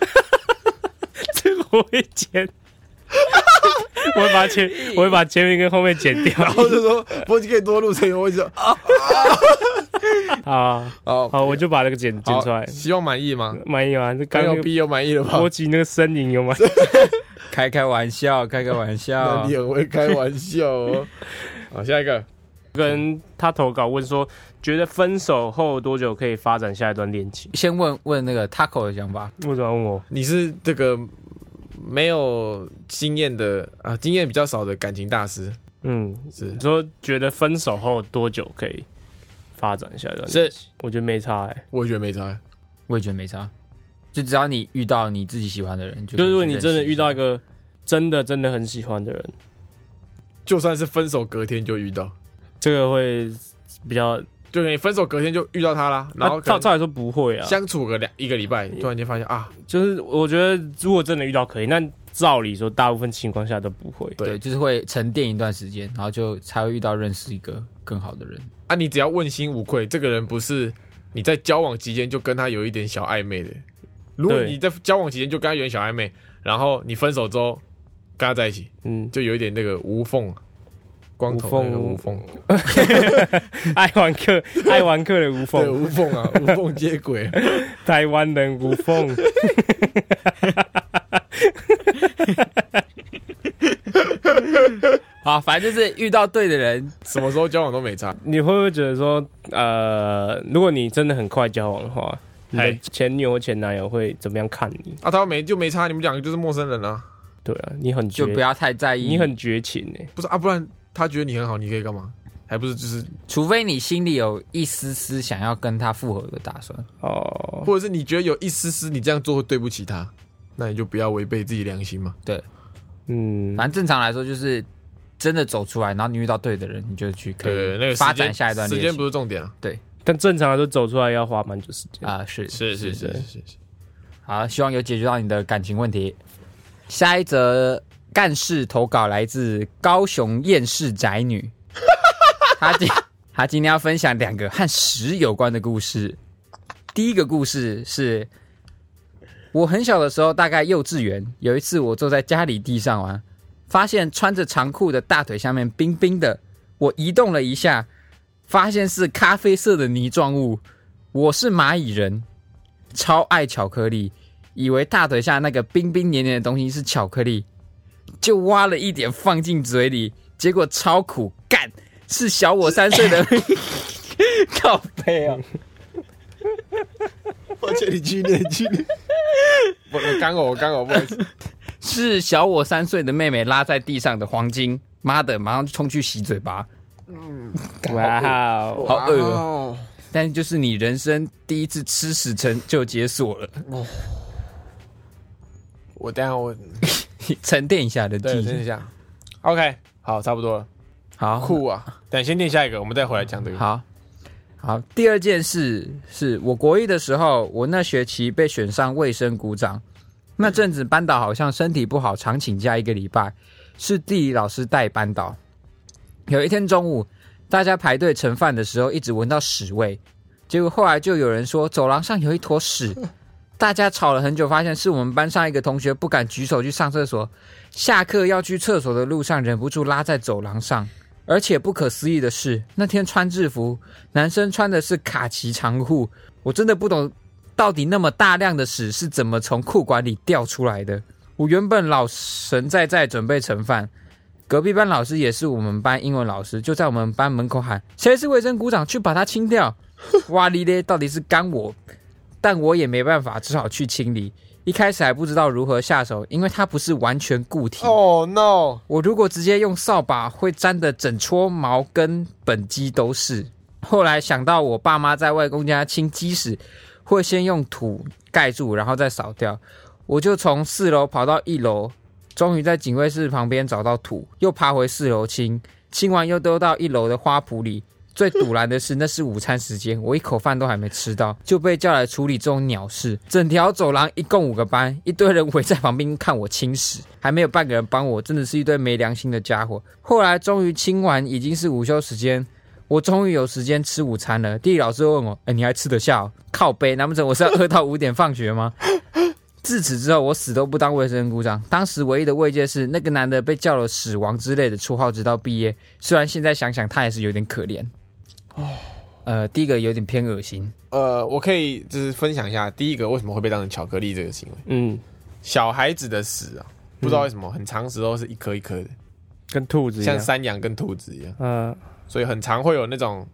Speaker 2: 这个我会 剪，我会把前我会把前面跟后面剪掉
Speaker 1: 然后就说波吉可以多录声音，我就说
Speaker 2: 啊。
Speaker 1: 哦
Speaker 2: 好，我就把那个剪剪
Speaker 1: 好
Speaker 2: 出来，
Speaker 1: 希望满意吗？
Speaker 2: 满意吗？这
Speaker 1: 刚有
Speaker 2: 刚刚那个
Speaker 1: B 有满意了吧
Speaker 2: 勃？起那个身影有 吗？
Speaker 3: 开开玩笑，开开玩
Speaker 1: 那
Speaker 3: 笑
Speaker 1: 啊你。很会开玩笑 哦。好，下一个，
Speaker 2: 跟他投稿问说，觉得分手后多久可以发展下一段恋情？
Speaker 3: 先问问那个 Taco 的想法，
Speaker 2: 为什么要问我？
Speaker 1: 你是这个没有经验的啊，经验比较少的感情大师
Speaker 2: 嗯，
Speaker 1: 是
Speaker 2: 你说觉得分手后多久可以发展下一段？
Speaker 1: 是，
Speaker 2: 我觉得没差哎、
Speaker 1: 我也觉得没差。
Speaker 3: 我也觉得没啥，就只要你遇到你自己喜欢的人，就
Speaker 2: 就是如果
Speaker 3: 可以去
Speaker 2: 你真的
Speaker 3: 认识
Speaker 2: 遇到一
Speaker 3: 下
Speaker 2: 个真的真的很喜欢的人，
Speaker 1: 就算是分手隔天就遇到，
Speaker 2: 这个会比较，
Speaker 1: 就你分手隔天就遇到他啦，然后
Speaker 2: 那
Speaker 1: 可
Speaker 2: 啊照
Speaker 1: 能
Speaker 2: 照理说不会啊，
Speaker 1: 相处个两一个礼拜，突然间发现啊，
Speaker 2: 就是我觉得如果真的遇到可以，那照理说大部分情况下都不会。
Speaker 1: 对
Speaker 3: 对，就是会沉淀一段时间，然后就才会遇到认识一个更好的人。
Speaker 1: 啊，你只要问心无愧，这个人不是你在交往期间就跟他有一点小暧昧的。如果
Speaker 2: 对
Speaker 1: 你在交往期间就跟他有点小暧昧，然后你分手之后跟他在一起，
Speaker 2: 嗯，
Speaker 1: 就有一点那个无缝啊光头那个无
Speaker 2: 无
Speaker 1: 缝
Speaker 2: 缝， 爱玩客，爱玩客的无
Speaker 1: 对
Speaker 2: 缝，
Speaker 1: 无缝啊， 无缝接轨。
Speaker 2: 台湾人无缝。
Speaker 3: 好，反正就是遇到对的人，
Speaker 1: 什么时候交往都没差，
Speaker 2: 你会不会觉得说，呃，如果你真的很快交往的话，你的
Speaker 1: 哎
Speaker 2: 前女友、前男友会怎么样看你？
Speaker 1: 啊，他没就没差，你们两个就是陌生人啊，
Speaker 2: 对啊，你很绝
Speaker 3: 就，不要太在意。
Speaker 2: 你很绝情哎、
Speaker 1: 不是啊，不然他觉得你很好，你可以干嘛？还不是就是，
Speaker 3: 除非你心里有一丝丝想要跟他复合的打算，
Speaker 2: 哦，
Speaker 1: 或者是你觉得有一丝丝你这样做会对不起他，那你就不要违背自己良心嘛。
Speaker 2: 嗯，
Speaker 3: 反正正常来说就是真的走出来，然后你遇到对的人，你就去可
Speaker 1: 对，
Speaker 3: 以
Speaker 1: 那个时间
Speaker 3: 发展下一段
Speaker 1: 时
Speaker 3: 恋
Speaker 1: 间不
Speaker 3: 情
Speaker 1: 是重点啊。
Speaker 2: 但正常来说走出来要花蛮久时间。
Speaker 3: 啊。是
Speaker 1: 是是是，
Speaker 3: 好，希望有解决到你的感情问题。下一则干事投稿来自高雄厌世宅女，她今她今天要分享两个和屎有关的故事。第一个故事是，我很小的时候，大概幼稚园，有一次我坐在家里地上玩，发现穿着长裤的大腿下面冰冰的，我移动了一下，发现是咖啡色的泥状物，我是蚂蚁人。超爱巧克力，以为大腿下那个冰冰黏黏的东西是巧克力，就挖了一点放进嘴里，结果超苦，干是小我三岁的 靠背哦，
Speaker 1: 抱歉，你去念去念。 我我干呕，我干呕，不好意思。
Speaker 3: 是小我三岁的妹妹拉在地上的黄金，妈的，马上就冲去洗嘴巴，
Speaker 2: 哇 哦，
Speaker 3: 好饿哦。
Speaker 1: 哦！
Speaker 3: 但就是你人生第一次吃屎成就解锁了，
Speaker 1: 我等一下我
Speaker 3: 沉淀一下的记
Speaker 1: 对，等一
Speaker 3: 忆。
Speaker 1: 下。OK，好，差不多了。
Speaker 3: 好，
Speaker 1: 酷啊！等先念下一个，我们再回来讲这个。
Speaker 3: 好，好，第二件事是我国一的时候，我那学期被选上卫生股长。那阵子班导好像身体不好，常请假一个礼拜，是地理老师带班导。有一天中午，大家排队盛饭的时候，一直闻到屎味，结果后来就有人说走廊上有一坨屎。大家吵了很久，发现是我们班上一个同学不敢举手去上厕所，下课要去厕所的路上忍不住拉在走廊上。而且不可思议的是，那天穿制服，男生穿的是卡其长裤，我真的不懂到底那么大量的屎是怎么从裤管里掉出来的。我原本老神在在准备盛饭，隔壁班老师也是我们班英文老师，就在我们班门口喊：“谁是卫生股长？去把它清掉！” 哇哩咧，到底是干我，但我也没办法，只好去清理。一开始还不知道如何下手，因为它不是完全固体。
Speaker 1: 哦 no！
Speaker 3: 我如果直接用扫把，会沾的整撮毛跟本鸡都是。后来想到我爸妈在外公家清鸡屎，会先用土盖住，然后再扫掉。我就从四楼跑到一楼，终于在警卫室旁边找到土，又爬回四楼清，清完又丢到一楼的花圃里。最堵然的是，那是午餐时间，我一口饭都还没吃到，就被叫来处理这种鸟事。整条走廊一共五个班，一堆人围在旁边看我清屎，还没有半个人帮我，真的是一堆没良心的家伙。后来终于清完，已经是午休时间，我终于有时间吃午餐了。地理老师问我：“哎、你还吃得下、哦？”靠背，难不成我是要饿到五点放学吗？自此之后，我死都不当卫生股长。当时唯一的慰藉是，那个男的被叫了“屎王”之类的绰号，直到毕业。虽然现在想想，他也是有点可怜。哦，呃，第一个有点偏恶心，
Speaker 1: 呃，我可以就是分享一下第一个为什么会被当成巧克力这个行为。
Speaker 2: 嗯，
Speaker 1: 小孩子的屎啊，不知道为什么，很长时候是一颗一颗的，
Speaker 2: 跟兔子一样
Speaker 1: 像，山羊跟兔子一样，
Speaker 2: 嗯、
Speaker 1: 所以很常会有那种，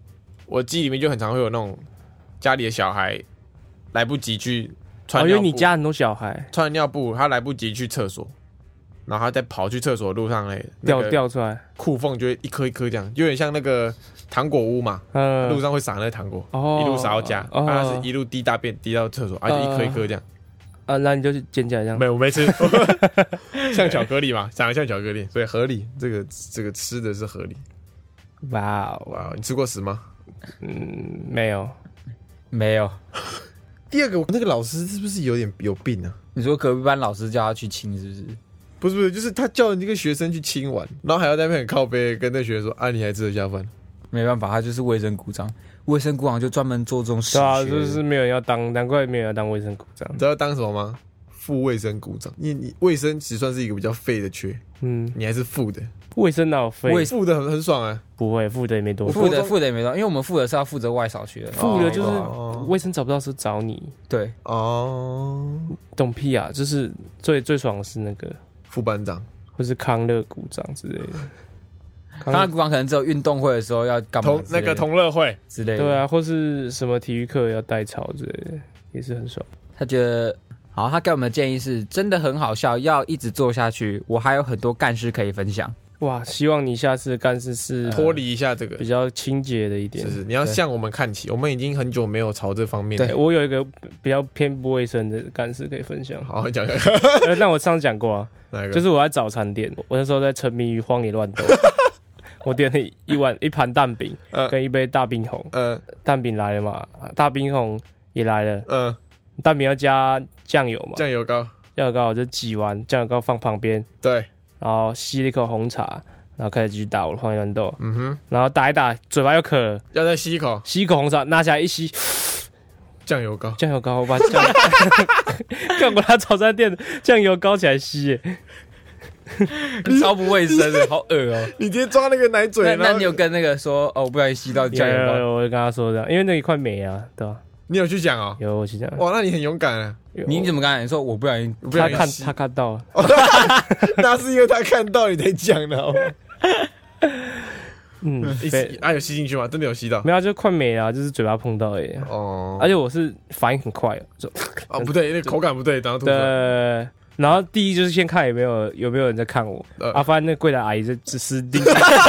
Speaker 1: 我记忆里面就很常会有那种家里的小孩来不及去
Speaker 2: 呃，
Speaker 1: 穿
Speaker 2: 哦，因
Speaker 1: 尿
Speaker 2: 为
Speaker 1: 布，
Speaker 2: 你家很多小孩
Speaker 1: 穿完尿布，他来不及去厕所，然后他在跑去厕所的路上嘞，
Speaker 2: 掉
Speaker 1: 那个
Speaker 2: 掉出来，
Speaker 1: 裤缝就会一颗一颗这样，有点像那个糖果屋嘛，
Speaker 2: 嗯、
Speaker 1: 路上会撒那个糖果，
Speaker 2: 哦
Speaker 1: 一路撒到家，啊
Speaker 2: 哦嗯
Speaker 1: 啊，他是一路滴大便滴到厕所，而且一颗一颗这样，
Speaker 2: 啊，那你就去捡起来这样
Speaker 1: 没。有，我没吃， 像巧克力嘛，长得像巧克力，所以合理。这个这个吃的是合理。
Speaker 2: 哇哦，
Speaker 1: 哇，你吃过屎吗？
Speaker 2: 嗯，没有，
Speaker 3: 没有。
Speaker 1: 第二个，那个老师是不是有点有病啊？
Speaker 3: 你说隔壁班老师叫他去亲，是不是？
Speaker 1: 不是不是，就是他叫那个学生去亲完，然后还要在那边很靠背跟那学生说：“啊，你还吃得下饭
Speaker 3: 没办法，他就是卫生股长，卫生股长就专门做这种事。
Speaker 2: 对啊，就是没有人要当，难怪没有人要当卫生股长？”
Speaker 1: 你。知道当什么吗？副卫生股长。你你卫生只算是一个比较废的缺，
Speaker 2: 嗯，
Speaker 1: 你还是副的，
Speaker 2: 卫生哪有费？
Speaker 3: 卫
Speaker 1: 副的很很爽啊。
Speaker 2: 不会，付的也没多
Speaker 3: 我
Speaker 2: 少。
Speaker 3: 负责负责也没到，因为我们负责是要负责外扫区的。
Speaker 2: 付的就是
Speaker 1: 哦
Speaker 2: 卫生找不到的时候找你，
Speaker 3: 对，
Speaker 1: 哦，
Speaker 2: 懂屁啊！就是最最爽的是那个，
Speaker 1: 副班长
Speaker 2: 或是康乐股长之类的。康
Speaker 3: 他股长可能只有运动会的时候要干嘛
Speaker 1: 同
Speaker 3: 之类
Speaker 1: 那
Speaker 3: 的
Speaker 1: 个同乐会，
Speaker 3: 之类的。
Speaker 2: 对，啊，或是什么体育课要代操之类的，也是很爽。
Speaker 3: 他觉得好，他给我们的建议是真的很好笑，要一直做下去。我还有很多干事可以 分享。
Speaker 2: 哇，希望你下次的干事是
Speaker 1: 脱离一下这个
Speaker 2: 比，较清洁的一点
Speaker 1: 就。是你要
Speaker 3: 对
Speaker 1: 向我们看齐。我们已经很久没有朝这方面。，
Speaker 2: 哎，我有一个比较偏不卫生的干事可以分 享
Speaker 1: 好，你讲一下
Speaker 2: 呃那我上次讲过啊，
Speaker 1: 哪一个？
Speaker 2: 就是我在早餐店，我那时候在沉迷于荒野乱 斗，我点了一碗一盘蛋饼
Speaker 1: 呃
Speaker 2: 跟一杯大冰红，
Speaker 1: 呃
Speaker 2: 蛋饼来了嘛，大冰红也来了，
Speaker 1: 呃，
Speaker 2: 蛋饼要加酱油嘛，
Speaker 1: 酱油膏，
Speaker 2: 酱油膏我就挤完，酱油膏放旁边，
Speaker 1: 对，
Speaker 2: 然后吸了一口红茶，然后开始继续打我的荒野乱斗，
Speaker 1: 嗯哼，
Speaker 2: 然后打一打，嘴巴又渴了，
Speaker 1: 要再吸一口
Speaker 2: 吸一口红茶，拿起来一吸，
Speaker 1: 酱油膏。
Speaker 2: 酱油膏，我把酱油， 干我拿早餐店的酱油膏起来吸耶，
Speaker 3: 超不卫生的，好恶哦、
Speaker 1: 你直接抓那个奶嘴，
Speaker 3: 那
Speaker 1: 然后
Speaker 3: 那你有跟那个说哦，我不小心吸到
Speaker 2: 有
Speaker 3: 酱油
Speaker 2: 有
Speaker 3: 膏？
Speaker 2: 有，哎我就跟他说这样，因为那里快没啊，对吧、
Speaker 1: 你有去讲哦？
Speaker 2: 有我是这样，
Speaker 1: 哇，那你很勇敢啊！
Speaker 2: 有
Speaker 3: 你怎么刚才说我不小心？
Speaker 1: 不
Speaker 2: 他
Speaker 1: 然你
Speaker 2: 看
Speaker 1: 吸
Speaker 2: 他看到了，
Speaker 1: 那是因为他看到你在讲的好吗，
Speaker 2: 嗯，
Speaker 1: 一吸
Speaker 2: 被
Speaker 1: 啊有吸进去吗？真的有吸到？
Speaker 2: 没有啊就快没了啊，就是嘴巴碰到而已啊。
Speaker 1: 哦，
Speaker 2: 而且我是反应很快的，就
Speaker 1: 啊不对，那个口感不对，然后吐出
Speaker 2: 对
Speaker 1: 来。，
Speaker 2: 然后第一就是先看有没有有没有人在看我，
Speaker 1: 呃
Speaker 2: 啊，发现那柜台阿姨在只是盯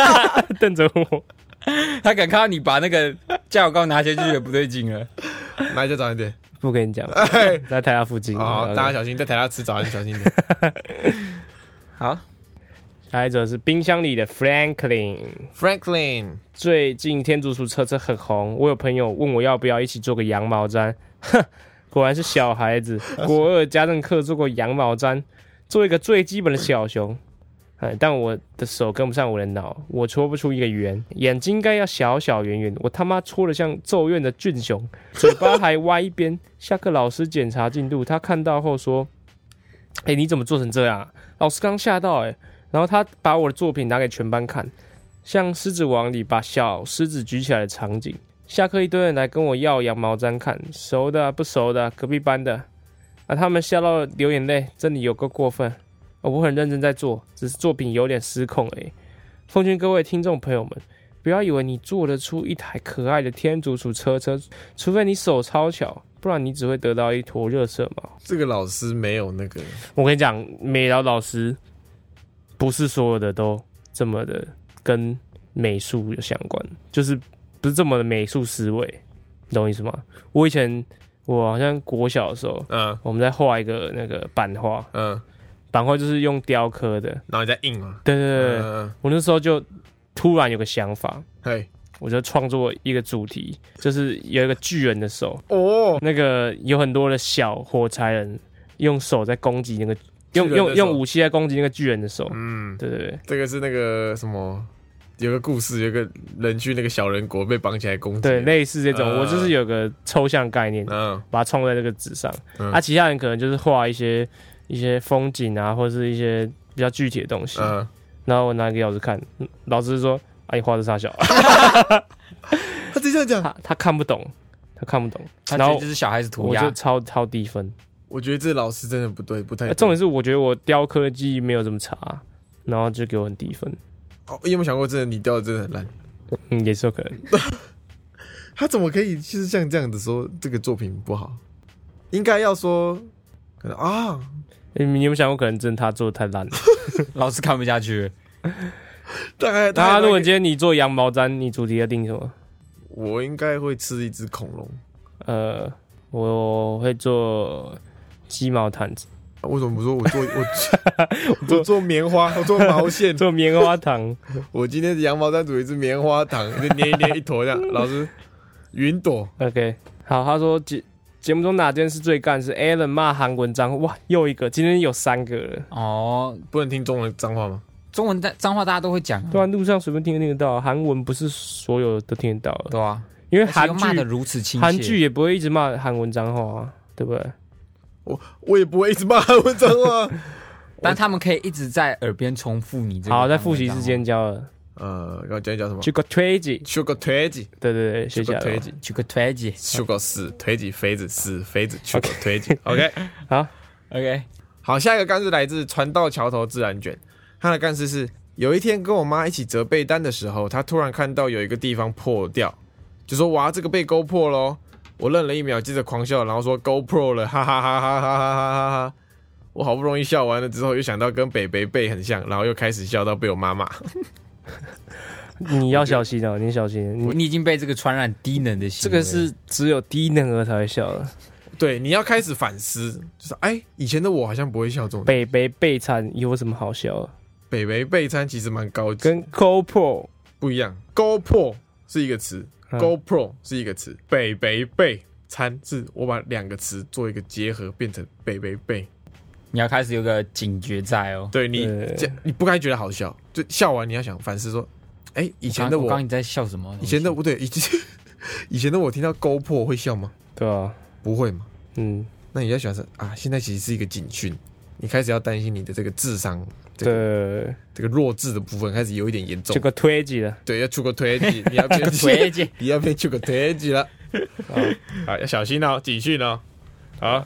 Speaker 2: 瞪着我，
Speaker 3: 他敢看到你把那个酱油膏拿下去，就觉得不对劲了。
Speaker 1: 来再早一 点。
Speaker 2: 不跟你讲，
Speaker 1: 哎，
Speaker 2: 在台下附近。
Speaker 1: 好，
Speaker 2: 然后
Speaker 1: 大家小心，在台下吃早餐小心一 点。
Speaker 3: 好，
Speaker 2: 下一则是冰箱里的 Franklin。
Speaker 1: Franklin，
Speaker 2: 最近天竺鼠车车很红，我有朋友问我要不要一起做个羊毛毡，哼， 果然是小孩子。国二家政课做过羊毛毡，做一个最基本的小熊。哎，但我的手跟不上我的脑，我戳不出一个圆，眼睛应该要小小圆圆，我他妈戳的像咒怨的俊雄，嘴巴还歪一边。 下课老师检查进度，他看到后说：“哎、你怎么做成这样啊、老师刚吓到哎、然后他把我的作品拿给全班看，像《狮子王》里把小狮子举起来的场景。下课一堆人来跟我要羊毛毡看，熟的啊不熟的啊，隔壁班的啊，他们吓到流眼泪，真的有够过分、哦我很认真在做，只是作品有点失控而已。奉劝各位听众朋友们，不要以为你做得出一台可爱的天竺鼠车车，除非你手超巧，不然你只会得到一坨热色毛。
Speaker 1: 这个老师没有那个
Speaker 2: 我跟你讲，美劳老师不是所有的都这么的跟美术有相关，就是不是这么的美术思维，你懂我意思吗？我以前我好像国小的时候，
Speaker 1: 嗯。
Speaker 2: 我们在画一个那个版画，
Speaker 1: 嗯，
Speaker 2: 版画就是用雕刻的，
Speaker 1: 然后你再硬嘛。
Speaker 2: 对对对，
Speaker 1: 嗯，
Speaker 2: 我那时候就突然有个想法，
Speaker 1: 嘿，
Speaker 2: 我就创作一个主题，就是有一个巨人的手，
Speaker 1: 哦，
Speaker 2: 那个有很多的小火柴人用手在攻击那个。用
Speaker 1: 巨人的
Speaker 2: 用
Speaker 1: 手
Speaker 2: 用武器在攻击那个巨人的手，
Speaker 1: 嗯，
Speaker 2: 对对对，
Speaker 1: 这个是那个什么，有个故事，有个人去那个小人国被绑起来攻击。
Speaker 2: 对，类似这种，
Speaker 1: 呃
Speaker 2: 我
Speaker 3: 嗯
Speaker 2: 就是有个抽象概念，
Speaker 1: 嗯，
Speaker 2: 把它创在这个纸上。
Speaker 1: 嗯
Speaker 2: 啊，其他人可能就是画一些一些风景啊，或者是一些比较具体的东西。
Speaker 1: 嗯
Speaker 2: 然后我拿给老师看，嗯老师说：“啊，你 画的傻小，
Speaker 1: 他直接这样讲，
Speaker 2: 他他看不懂，他看不懂。”
Speaker 3: 他
Speaker 2: 然
Speaker 3: 觉
Speaker 2: 后
Speaker 3: 得就是小孩子涂
Speaker 2: 我就
Speaker 3: 鸦。
Speaker 2: 超超低分。
Speaker 1: 我觉得这老师真的不对，不太
Speaker 3: 哎
Speaker 2: 呃
Speaker 1: 对。
Speaker 2: 重点是，我觉得我雕刻的技艺没有这么差，然后就给我很低分。
Speaker 1: 哦，你有没有想过，真的你掉的真的很烂？
Speaker 2: 嗯，也是有可能。
Speaker 1: 他怎么可以就是像这样子说这个作品不好？应该要说，可能啊，
Speaker 2: 你你有没有想过，可能真的他做的太烂 了？
Speaker 3: 老师看不下去了，
Speaker 1: 大概
Speaker 2: 大家如果
Speaker 1: 大概
Speaker 2: 今天你做羊毛毡，你主题要定什么？
Speaker 1: 我应该会吃一只恐龙，
Speaker 2: 呃，我会做鸡毛掸子，
Speaker 1: 啊为什么不说我做我我做 棉花，我做毛线，
Speaker 2: 做棉花糖，
Speaker 1: 我今天的羊毛掸组一只棉花糖，就捏一捏一坨这 样。老师，云朵
Speaker 2: OK，好，他说节节目中哪件事最干？是 Alan 骂韩文脏话，哇，又一个，今天有三个了。
Speaker 3: 哦，
Speaker 1: 不能听中文脏话吗？
Speaker 3: 中文大脏话大家都会讲、啊，
Speaker 2: 对啊，路上随便听都听得到，韩文不是所有都听得到的，
Speaker 3: 对啊，
Speaker 2: 因为
Speaker 3: 而且
Speaker 2: 韩
Speaker 3: 又骂的
Speaker 2: 剧
Speaker 3: 如此亲切，
Speaker 2: 韩剧也不会一直骂韩文脏话啊，对不对？
Speaker 1: 我我也不会一直骂韩文脏话。
Speaker 3: 但他们可以一直在耳边重复你这个。
Speaker 2: 好，在复习之间教了，
Speaker 1: 呃，刚刚讲讲什么
Speaker 2: 这个推挤，
Speaker 1: ？Sugar 腿子
Speaker 2: 对对啊对，学起
Speaker 1: ，Sugar
Speaker 2: 来了
Speaker 1: 腿。子
Speaker 3: 举个推荐
Speaker 1: ，Sugar 死腿子肥子死肥子，Sugar 腿子。OK，
Speaker 2: 好，
Speaker 3: ，OK，
Speaker 1: 好，下一个干事来自船到桥头自然卷，他的干事是有一天跟我妈一起折被单的时候，她突然看到有一个地方破掉，就说哇这个被勾破喽。我愣了一秒，接着狂笑，然后说勾破了，哈哈哈哈哈哈哈哈哈。我好不容易笑完了之后，又想到跟北北贝很像，然后又开始笑到被我妈骂。
Speaker 2: 你要小心哦，你小心，你
Speaker 3: 你已经被这个传染低能的
Speaker 2: 这
Speaker 3: 行为
Speaker 2: 个是只有低能儿才会笑的。
Speaker 1: 对，你要开始反思，就是哎，以前的我好像不会笑这种。
Speaker 2: 北北备餐有什么好笑的？
Speaker 1: 北北贝餐其实蛮高级，
Speaker 2: 跟 GoPro
Speaker 1: 不一样。GoPro 是一个词、
Speaker 2: 嗯
Speaker 1: g o p r o 是一个词，北北贝餐是我把两个词做一个结合，变成北北贝。
Speaker 3: 你要开始有个警觉在哦。
Speaker 1: 对你
Speaker 2: 对
Speaker 1: 这你不该觉得好笑，就笑完你要想反思说，哎、以前的
Speaker 3: 刚刚
Speaker 1: 我
Speaker 3: 刚，你在笑什么？
Speaker 1: 以前的不对，以前 以前的我听到 GoPro 会笑吗？
Speaker 2: 对吧？
Speaker 1: 不会嘛？
Speaker 2: 嗯，
Speaker 1: 那你要想是啊，现在其实是一个警讯，你开始要担心你的这个智商，这个
Speaker 2: 对，
Speaker 1: 这个弱智的部分开始有一点严重
Speaker 2: 这，个推挤了，
Speaker 1: 对，要出个推挤，你要变
Speaker 3: 推荐
Speaker 1: 你要被出个推挤了，啊，要小心哦，警讯哦，好，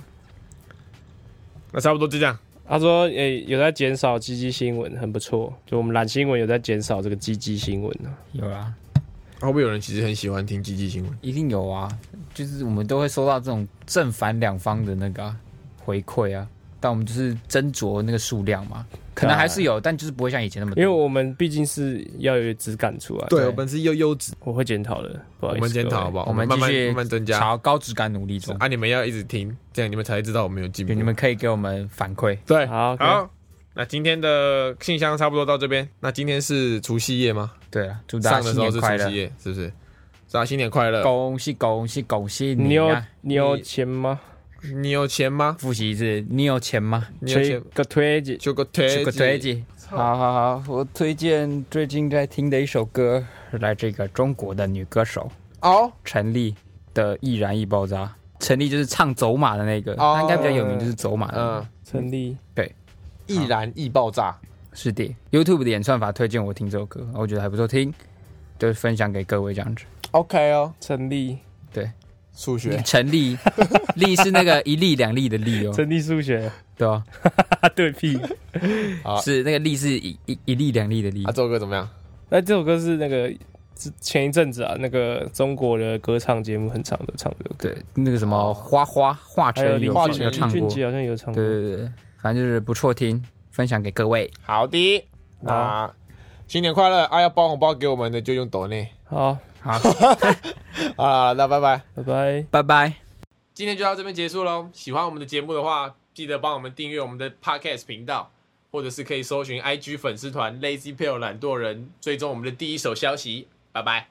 Speaker 1: 那差不多就这样，
Speaker 2: 他说诶、有在减少积极新闻，很不错。就我们懒新闻有在减少这个积极新闻呢。
Speaker 3: 有啊，
Speaker 1: 会不会有人其实很喜欢听积极新闻？
Speaker 3: 一定有啊，就是我们都会收到这种正反两方的那个啊、回馈啊，但我们就是斟酌那个数量嘛，可能还是有，但就是不会像以前那么
Speaker 2: 因
Speaker 3: 多。
Speaker 2: 为我们毕竟是要有质感出来，
Speaker 1: 对，我们是优优质，
Speaker 2: 我会检讨的，不好
Speaker 1: 我
Speaker 2: 意思，
Speaker 1: 们检讨好不
Speaker 2: 吧。
Speaker 1: 好？
Speaker 3: 我们
Speaker 1: 慢慢
Speaker 3: 继续
Speaker 1: 慢慢增加
Speaker 3: 朝高质感努力中，
Speaker 1: 啊！你们要一直听，这样你们才知道我们有进步。
Speaker 3: 对，你们可以给我们反馈。
Speaker 1: 对，
Speaker 2: 好
Speaker 1: 好。那今天的信箱差不多到这边。那今天是除夕夜吗？
Speaker 3: 对啊，祝大
Speaker 1: 上
Speaker 3: 家
Speaker 1: 的
Speaker 3: 新
Speaker 1: 时候
Speaker 3: 年
Speaker 1: 是
Speaker 3: 快
Speaker 1: 除夕
Speaker 3: 乐，
Speaker 1: 夜，是不是？大家新年快乐！
Speaker 3: 恭喜恭喜恭喜
Speaker 2: 你
Speaker 3: 你
Speaker 2: 有
Speaker 3: 啊！
Speaker 2: 你有
Speaker 1: 你
Speaker 2: 钱吗？
Speaker 1: 你有钱吗？
Speaker 3: 复习一次，你有钱吗？
Speaker 1: 你有
Speaker 2: 吹
Speaker 1: 钱？
Speaker 2: 个推挤，
Speaker 1: 就个
Speaker 3: 这
Speaker 1: 推
Speaker 3: 个推荐。好好好，我推荐最近在听的一首歌，是来这个中国的女歌手
Speaker 1: 哦，
Speaker 3: 陈粒的《易燃易爆炸》。陈粒就是唱走马的那个，
Speaker 1: 哦
Speaker 3: 她应该比较有名，就是走马的。
Speaker 1: 嗯，
Speaker 2: 成立
Speaker 1: 易燃易爆炸。
Speaker 3: 是的，YouTube 的演算法推荐我听这首歌，然后我觉得还不错听，就分享给各位这样子。
Speaker 1: OK 哦，
Speaker 2: 成立
Speaker 1: 数学
Speaker 3: 陈粒，粒是那个一粒两粒的 粒哦，
Speaker 2: 成立数学
Speaker 3: 对吧、
Speaker 2: 啊，对 屁。啊
Speaker 1: 好
Speaker 3: 是那个粒是一一一粒两粒的粒
Speaker 1: 啊，。周哥怎么样？
Speaker 2: 那这首歌是那个之前一阵子啊，那个中国的歌唱节目很长的唱的歌，
Speaker 3: 对，那个什么花花华
Speaker 2: 还有
Speaker 3: 晨宇
Speaker 1: 华
Speaker 3: 有
Speaker 1: 晨宇
Speaker 3: 有唱
Speaker 2: 俊
Speaker 3: 过。
Speaker 2: 杰好像有唱过
Speaker 3: 对。对对，反正就是不错听，分享给各位。
Speaker 1: 好的，那新年快乐啊！要包红包给我们的就用抖内
Speaker 2: 好，
Speaker 3: 好，
Speaker 1: 啊，那拜拜。
Speaker 2: 拜拜。
Speaker 3: 拜拜。
Speaker 1: 今天就到这边结束喽。喜欢我们的节目的话，记得帮我们订阅我们的 Podcast 频道，或者是可以搜寻 IG 粉丝团 Lazy p a l e 懒惰人，追踪我们的第一手消息。拜拜。